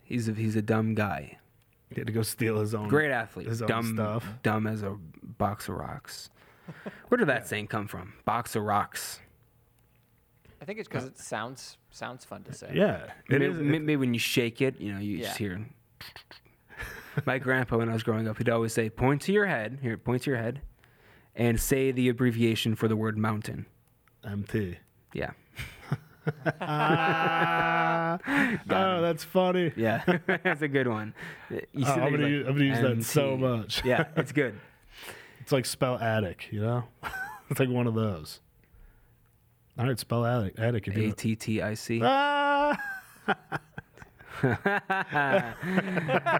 Speaker 1: He's a, he's a dumb guy.
Speaker 2: He had to go steal his own.
Speaker 1: Great athlete.
Speaker 2: His own
Speaker 1: dumb
Speaker 2: stuff.
Speaker 1: Dumb as a box of rocks. Where did that saying come from? Box of rocks.
Speaker 3: I think it's because it sounds sounds fun to say.
Speaker 2: Yeah, it
Speaker 1: Maybe,
Speaker 2: is.
Speaker 1: may- maybe when you shake it, you know, you just
Speaker 3: Yeah.
Speaker 1: hear. My grandpa, when I was growing up, he'd always say, "Point to your head." Here, point to your head, and say the abbreviation for the word mountain.
Speaker 2: MT.
Speaker 1: Yeah.
Speaker 2: Ah, oh, that's funny.
Speaker 1: Yeah, that's a good one. You see
Speaker 2: Oh, I'm
Speaker 1: that,
Speaker 2: gonna
Speaker 1: you're
Speaker 2: use- I'm gonna use that so
Speaker 1: "MT."
Speaker 2: much.
Speaker 1: yeah, it's good.
Speaker 2: It's like spell attic, you know? it's like one of those. All right, spell attic. Attic. If
Speaker 1: A
Speaker 2: you
Speaker 1: T T I C.
Speaker 2: ah!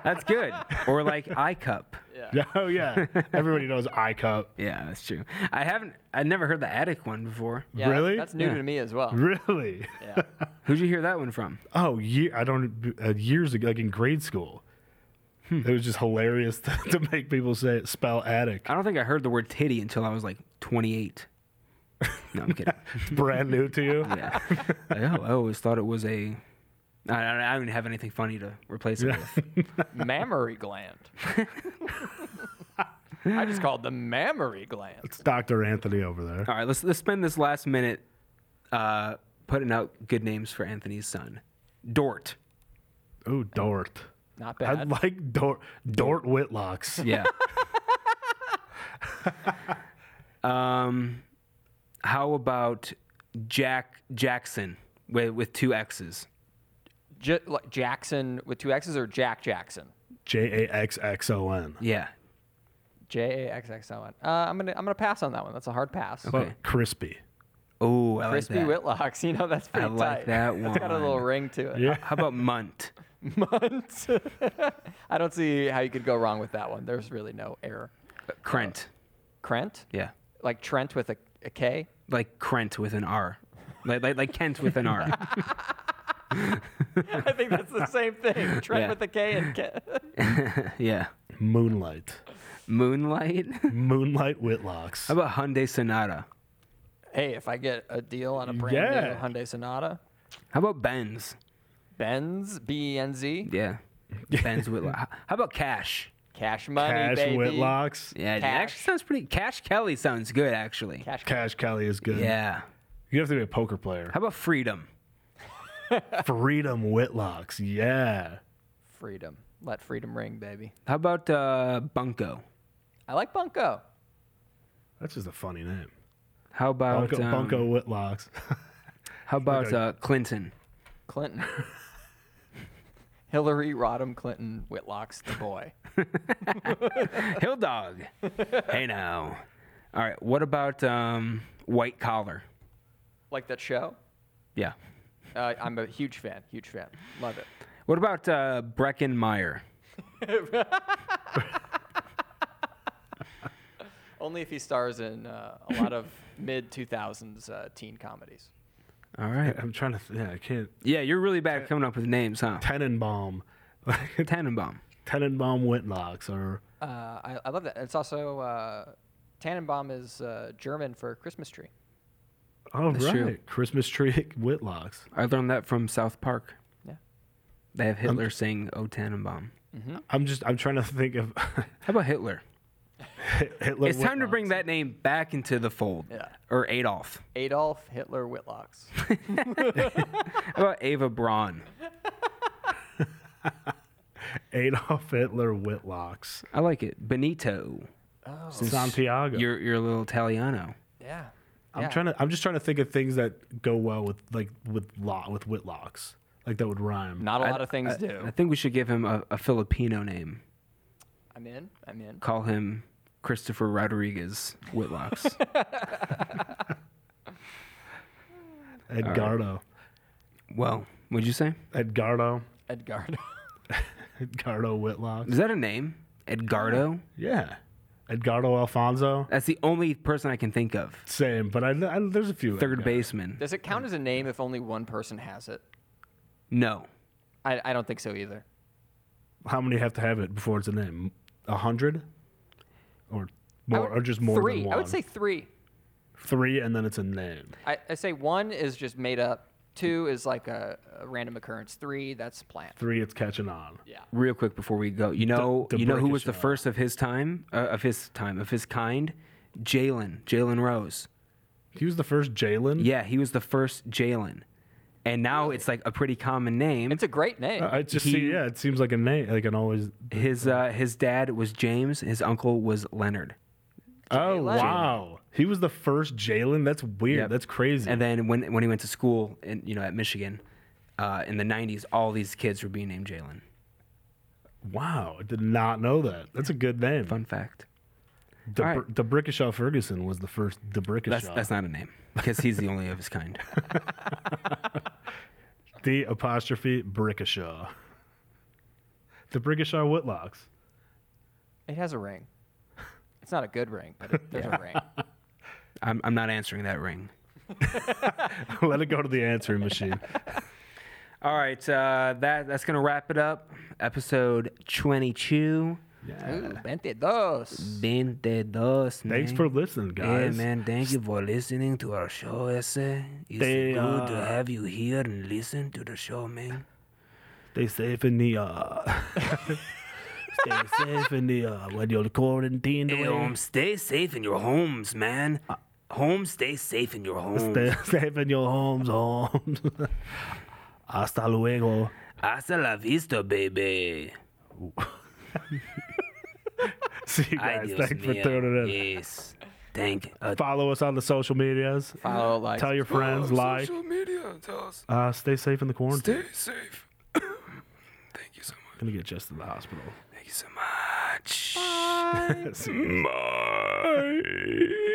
Speaker 1: That's good. Or like I cup.
Speaker 2: Yeah, Oh yeah. Everybody knows I cup.
Speaker 1: Yeah, that's true. I haven't. I never heard the attic one before.
Speaker 3: Yeah, that-
Speaker 2: Really?
Speaker 3: That's new
Speaker 1: Yeah.
Speaker 3: to me as well.
Speaker 2: Really?
Speaker 3: Yeah.
Speaker 1: Who'd you hear that one from?
Speaker 2: Oh, year. I don't. Uh, years ago, like in grade school,
Speaker 1: Hmm.
Speaker 2: it was just hilarious to, to make people say it, spell attic.
Speaker 1: I don't think I heard the word titty until I was like 28. No, I'm kidding.
Speaker 2: It's brand new to you.
Speaker 1: yeah. Like, oh, I always thought it was a. I, I, I don't have anything funny to replace it with.
Speaker 3: mammary gland. I just called the mammary gland.
Speaker 2: It's Doctor Anthony over there.
Speaker 1: All right, let's let's spend this last minute uh, putting out good names for Anthony's son, Dort.
Speaker 2: Oh, Dort.
Speaker 3: Not
Speaker 2: I
Speaker 3: bad.
Speaker 2: like Dort. Dort Whitlocks.
Speaker 1: Yeah. um, how about Jack Jackson with with two X's?
Speaker 3: J- like Jackson with two X's or Jack Jackson.
Speaker 2: J A X X O N.
Speaker 1: Yeah.
Speaker 3: J A X X O N. Uh, I'm gonna I'm gonna pass on that one. That's a hard pass.
Speaker 1: Okay.
Speaker 2: But crispy.
Speaker 1: Oh, I
Speaker 3: Crispy
Speaker 1: like that.
Speaker 3: Whitlocks. You know that's pretty tight.
Speaker 1: like that
Speaker 3: It's got a little
Speaker 1: one.
Speaker 3: ring to it.
Speaker 2: Yeah.
Speaker 1: How about Munt?
Speaker 3: Munt. I don't see how you could go wrong with that one. There's really no error.
Speaker 1: Krent.
Speaker 3: Crent,
Speaker 1: Yeah.
Speaker 3: like Trent with a, a K.
Speaker 1: Like Krent with an R. Like, like, like Kent with an R.
Speaker 3: I think that's the same thing. Trent
Speaker 1: Yeah.
Speaker 3: with a K and K.
Speaker 1: yeah.
Speaker 2: Moonlight.
Speaker 1: Moonlight.
Speaker 2: Moonlight Whitlocks.
Speaker 1: How about Hyundai Sonata?
Speaker 3: hey, if I get a deal on a brand
Speaker 2: Yeah.
Speaker 3: new Hyundai Sonata,
Speaker 1: How about Benz?
Speaker 3: Benz, B E N Z.
Speaker 1: Yeah. Ben's Whitlock. How about Cash?
Speaker 3: Cash money,
Speaker 2: Cash
Speaker 3: baby.
Speaker 2: Whitlocks.
Speaker 1: Yeah, it
Speaker 3: Cash.
Speaker 1: actually sounds pretty. Cash Kelly sounds good, actually.
Speaker 3: Cash.
Speaker 2: Cash Kelly is good.
Speaker 1: Yeah.
Speaker 2: You have to be a poker player.
Speaker 1: How about Freedom?
Speaker 2: Freedom Whitlocks. Yeah.
Speaker 3: Freedom. Let freedom ring, baby.
Speaker 1: How about uh, Bunko?
Speaker 3: I like Bunko.
Speaker 2: That's just a funny name.
Speaker 1: How about
Speaker 2: Bunko,
Speaker 1: um,
Speaker 2: Bunko Whitlocks.
Speaker 1: How about uh, Clinton?
Speaker 3: Clinton. Hillary Rodham Clinton Whitlock's the boy.
Speaker 1: Hill Dog. hey now. All right. What about um, White Collar?
Speaker 3: like that show?
Speaker 1: Yeah.
Speaker 3: Uh, I'm a huge fan. Huge fan. Love it.
Speaker 1: What about uh, Brecken Meyer?
Speaker 3: Only if he stars in uh, a lot of mid 2000s uh, teen comedies.
Speaker 1: All right.
Speaker 2: I'm trying to. Th- yeah, I can't.
Speaker 1: Yeah, you're really bad at coming up with names, huh?
Speaker 2: Tenenbaum.
Speaker 1: Tannenbaum.
Speaker 2: Tenenbaum Whitlocks or
Speaker 3: Uh, I, I love that. It's also uh, Tannenbaum is uh, German for Christmas tree.
Speaker 2: oh right,
Speaker 1: true.
Speaker 2: Christmas tree Whitlocks.
Speaker 1: I learned that from South Park.
Speaker 3: Yeah.
Speaker 1: They have Hitler saying "O Tannenbaum."
Speaker 2: I'm just. I'm trying to think of
Speaker 1: How about Hitler?
Speaker 2: Hitler.
Speaker 1: it's time to
Speaker 2: Whitlocks.
Speaker 1: bring that name back into the fold.
Speaker 3: Yeah.
Speaker 1: Or Adolf.
Speaker 3: Adolf Hitler Whitlocks.
Speaker 1: How about Ava Braun?
Speaker 2: Adolf Hitler Whitlocks.
Speaker 1: I like it. Benito.
Speaker 3: Oh,
Speaker 2: Santiago.
Speaker 1: You're you're a little Italiano.
Speaker 3: yeah.
Speaker 2: I'm
Speaker 3: Yeah.
Speaker 2: trying to. I'm just trying to think of things that go well with like with lot with Whitlocks, like that would rhyme.
Speaker 3: Not a
Speaker 1: I-
Speaker 3: lot of things
Speaker 1: I,
Speaker 3: do.
Speaker 1: I think we should give him a, a Filipino name.
Speaker 3: I'm in. I'm in.
Speaker 1: Call him Christopher Rodriguez Whitlocks.
Speaker 2: Edgardo.
Speaker 1: well, what'd you say?
Speaker 2: Edgardo.
Speaker 3: Edgardo.
Speaker 2: Edgardo Whitlock.
Speaker 1: Is that a name? Edgardo?
Speaker 2: Yeah. Edgardo Alfonso.
Speaker 1: That's the only person I can think of.
Speaker 2: Same, but I, I there's a few.
Speaker 1: Third
Speaker 2: Edgar.
Speaker 1: baseman.
Speaker 3: Does it count as a name if only one person has it?
Speaker 1: No.
Speaker 3: I, I don't think so either.
Speaker 2: How many have to have it before it's a name? A hundred, or more,
Speaker 3: I would-
Speaker 2: or just more
Speaker 3: three.
Speaker 2: than one.
Speaker 3: I would say three.
Speaker 2: three, and then it's a name.
Speaker 3: I, I say one is just made up. Two is like a, a random occurrence. Three, that's planned.
Speaker 2: Three, it's catching on.
Speaker 3: Yeah.
Speaker 1: Real quick before we go, you know,
Speaker 2: to
Speaker 1: you know who
Speaker 2: break
Speaker 1: was
Speaker 2: it
Speaker 1: the
Speaker 2: up.
Speaker 1: first of his time, uh, of his time, of his kind? Jalen, Jalen Rose.
Speaker 2: He was the first Jalen.
Speaker 1: Yeah, he was the first Jalen, and now it's like a pretty common name.
Speaker 3: It's a great name.
Speaker 2: I just
Speaker 1: He-
Speaker 2: see. Yeah, it seems like a name, like an always.
Speaker 1: His uh, his dad was James. His uncle was Leonard.
Speaker 2: Oh wow, he was the first Jalen. That's weird.
Speaker 1: Yep.
Speaker 2: That's crazy.
Speaker 1: And then when when he went to school, in, you know, at Michigan, uh, in the '90s, all these kids were being named Jalen.
Speaker 2: wow, I did not know that. That's a good name.
Speaker 1: Fun fact.
Speaker 2: The
Speaker 1: All
Speaker 2: right.
Speaker 1: right.
Speaker 2: Ferguson was the first
Speaker 1: That's
Speaker 2: Debrickishaw.
Speaker 1: that's not a name because he's the only of his kind.
Speaker 2: The apostrophe Brickishaw. The Brickishaw Whitlocks.
Speaker 3: it has a ring. It's not a good ring, but it, there's a ring.
Speaker 1: I'm I'm not answering that ring.
Speaker 2: Let it go to the answering machine.
Speaker 1: All right, uh, that that's gonna wrap it up. Episode 22.
Speaker 3: Ooh, 22.
Speaker 1: Thanks
Speaker 2: Thanks for listening, guys.
Speaker 1: Yeah, man, thank you for listening to our show, Esse. It's
Speaker 2: They,
Speaker 1: good to
Speaker 2: uh,
Speaker 1: have you here and listen to the show, man.
Speaker 2: Stay safe in the uh Stay safe in the uh when you're quarantined
Speaker 1: Hey,
Speaker 2: away.
Speaker 1: um, stay safe in your homes, man. Homes, stay safe in your homes.
Speaker 2: Uh, Stay safe in your homes, homes. Hasta luego.
Speaker 1: Hasta la vista, baby.
Speaker 2: See you guys.
Speaker 1: Adios,
Speaker 2: Thanks for
Speaker 1: mio.
Speaker 2: tuning in.
Speaker 1: Yes. Thank uh,
Speaker 2: Follow us on the social medias.
Speaker 3: Follow, like,
Speaker 2: Tell your friends, like.
Speaker 1: media tells.
Speaker 2: Uh, stay safe in the quarantine.
Speaker 1: Stay safe. Thank you so much.
Speaker 2: Gonna get just to the hospital.
Speaker 1: Thank you so much.
Speaker 2: See you.
Speaker 1: Bye.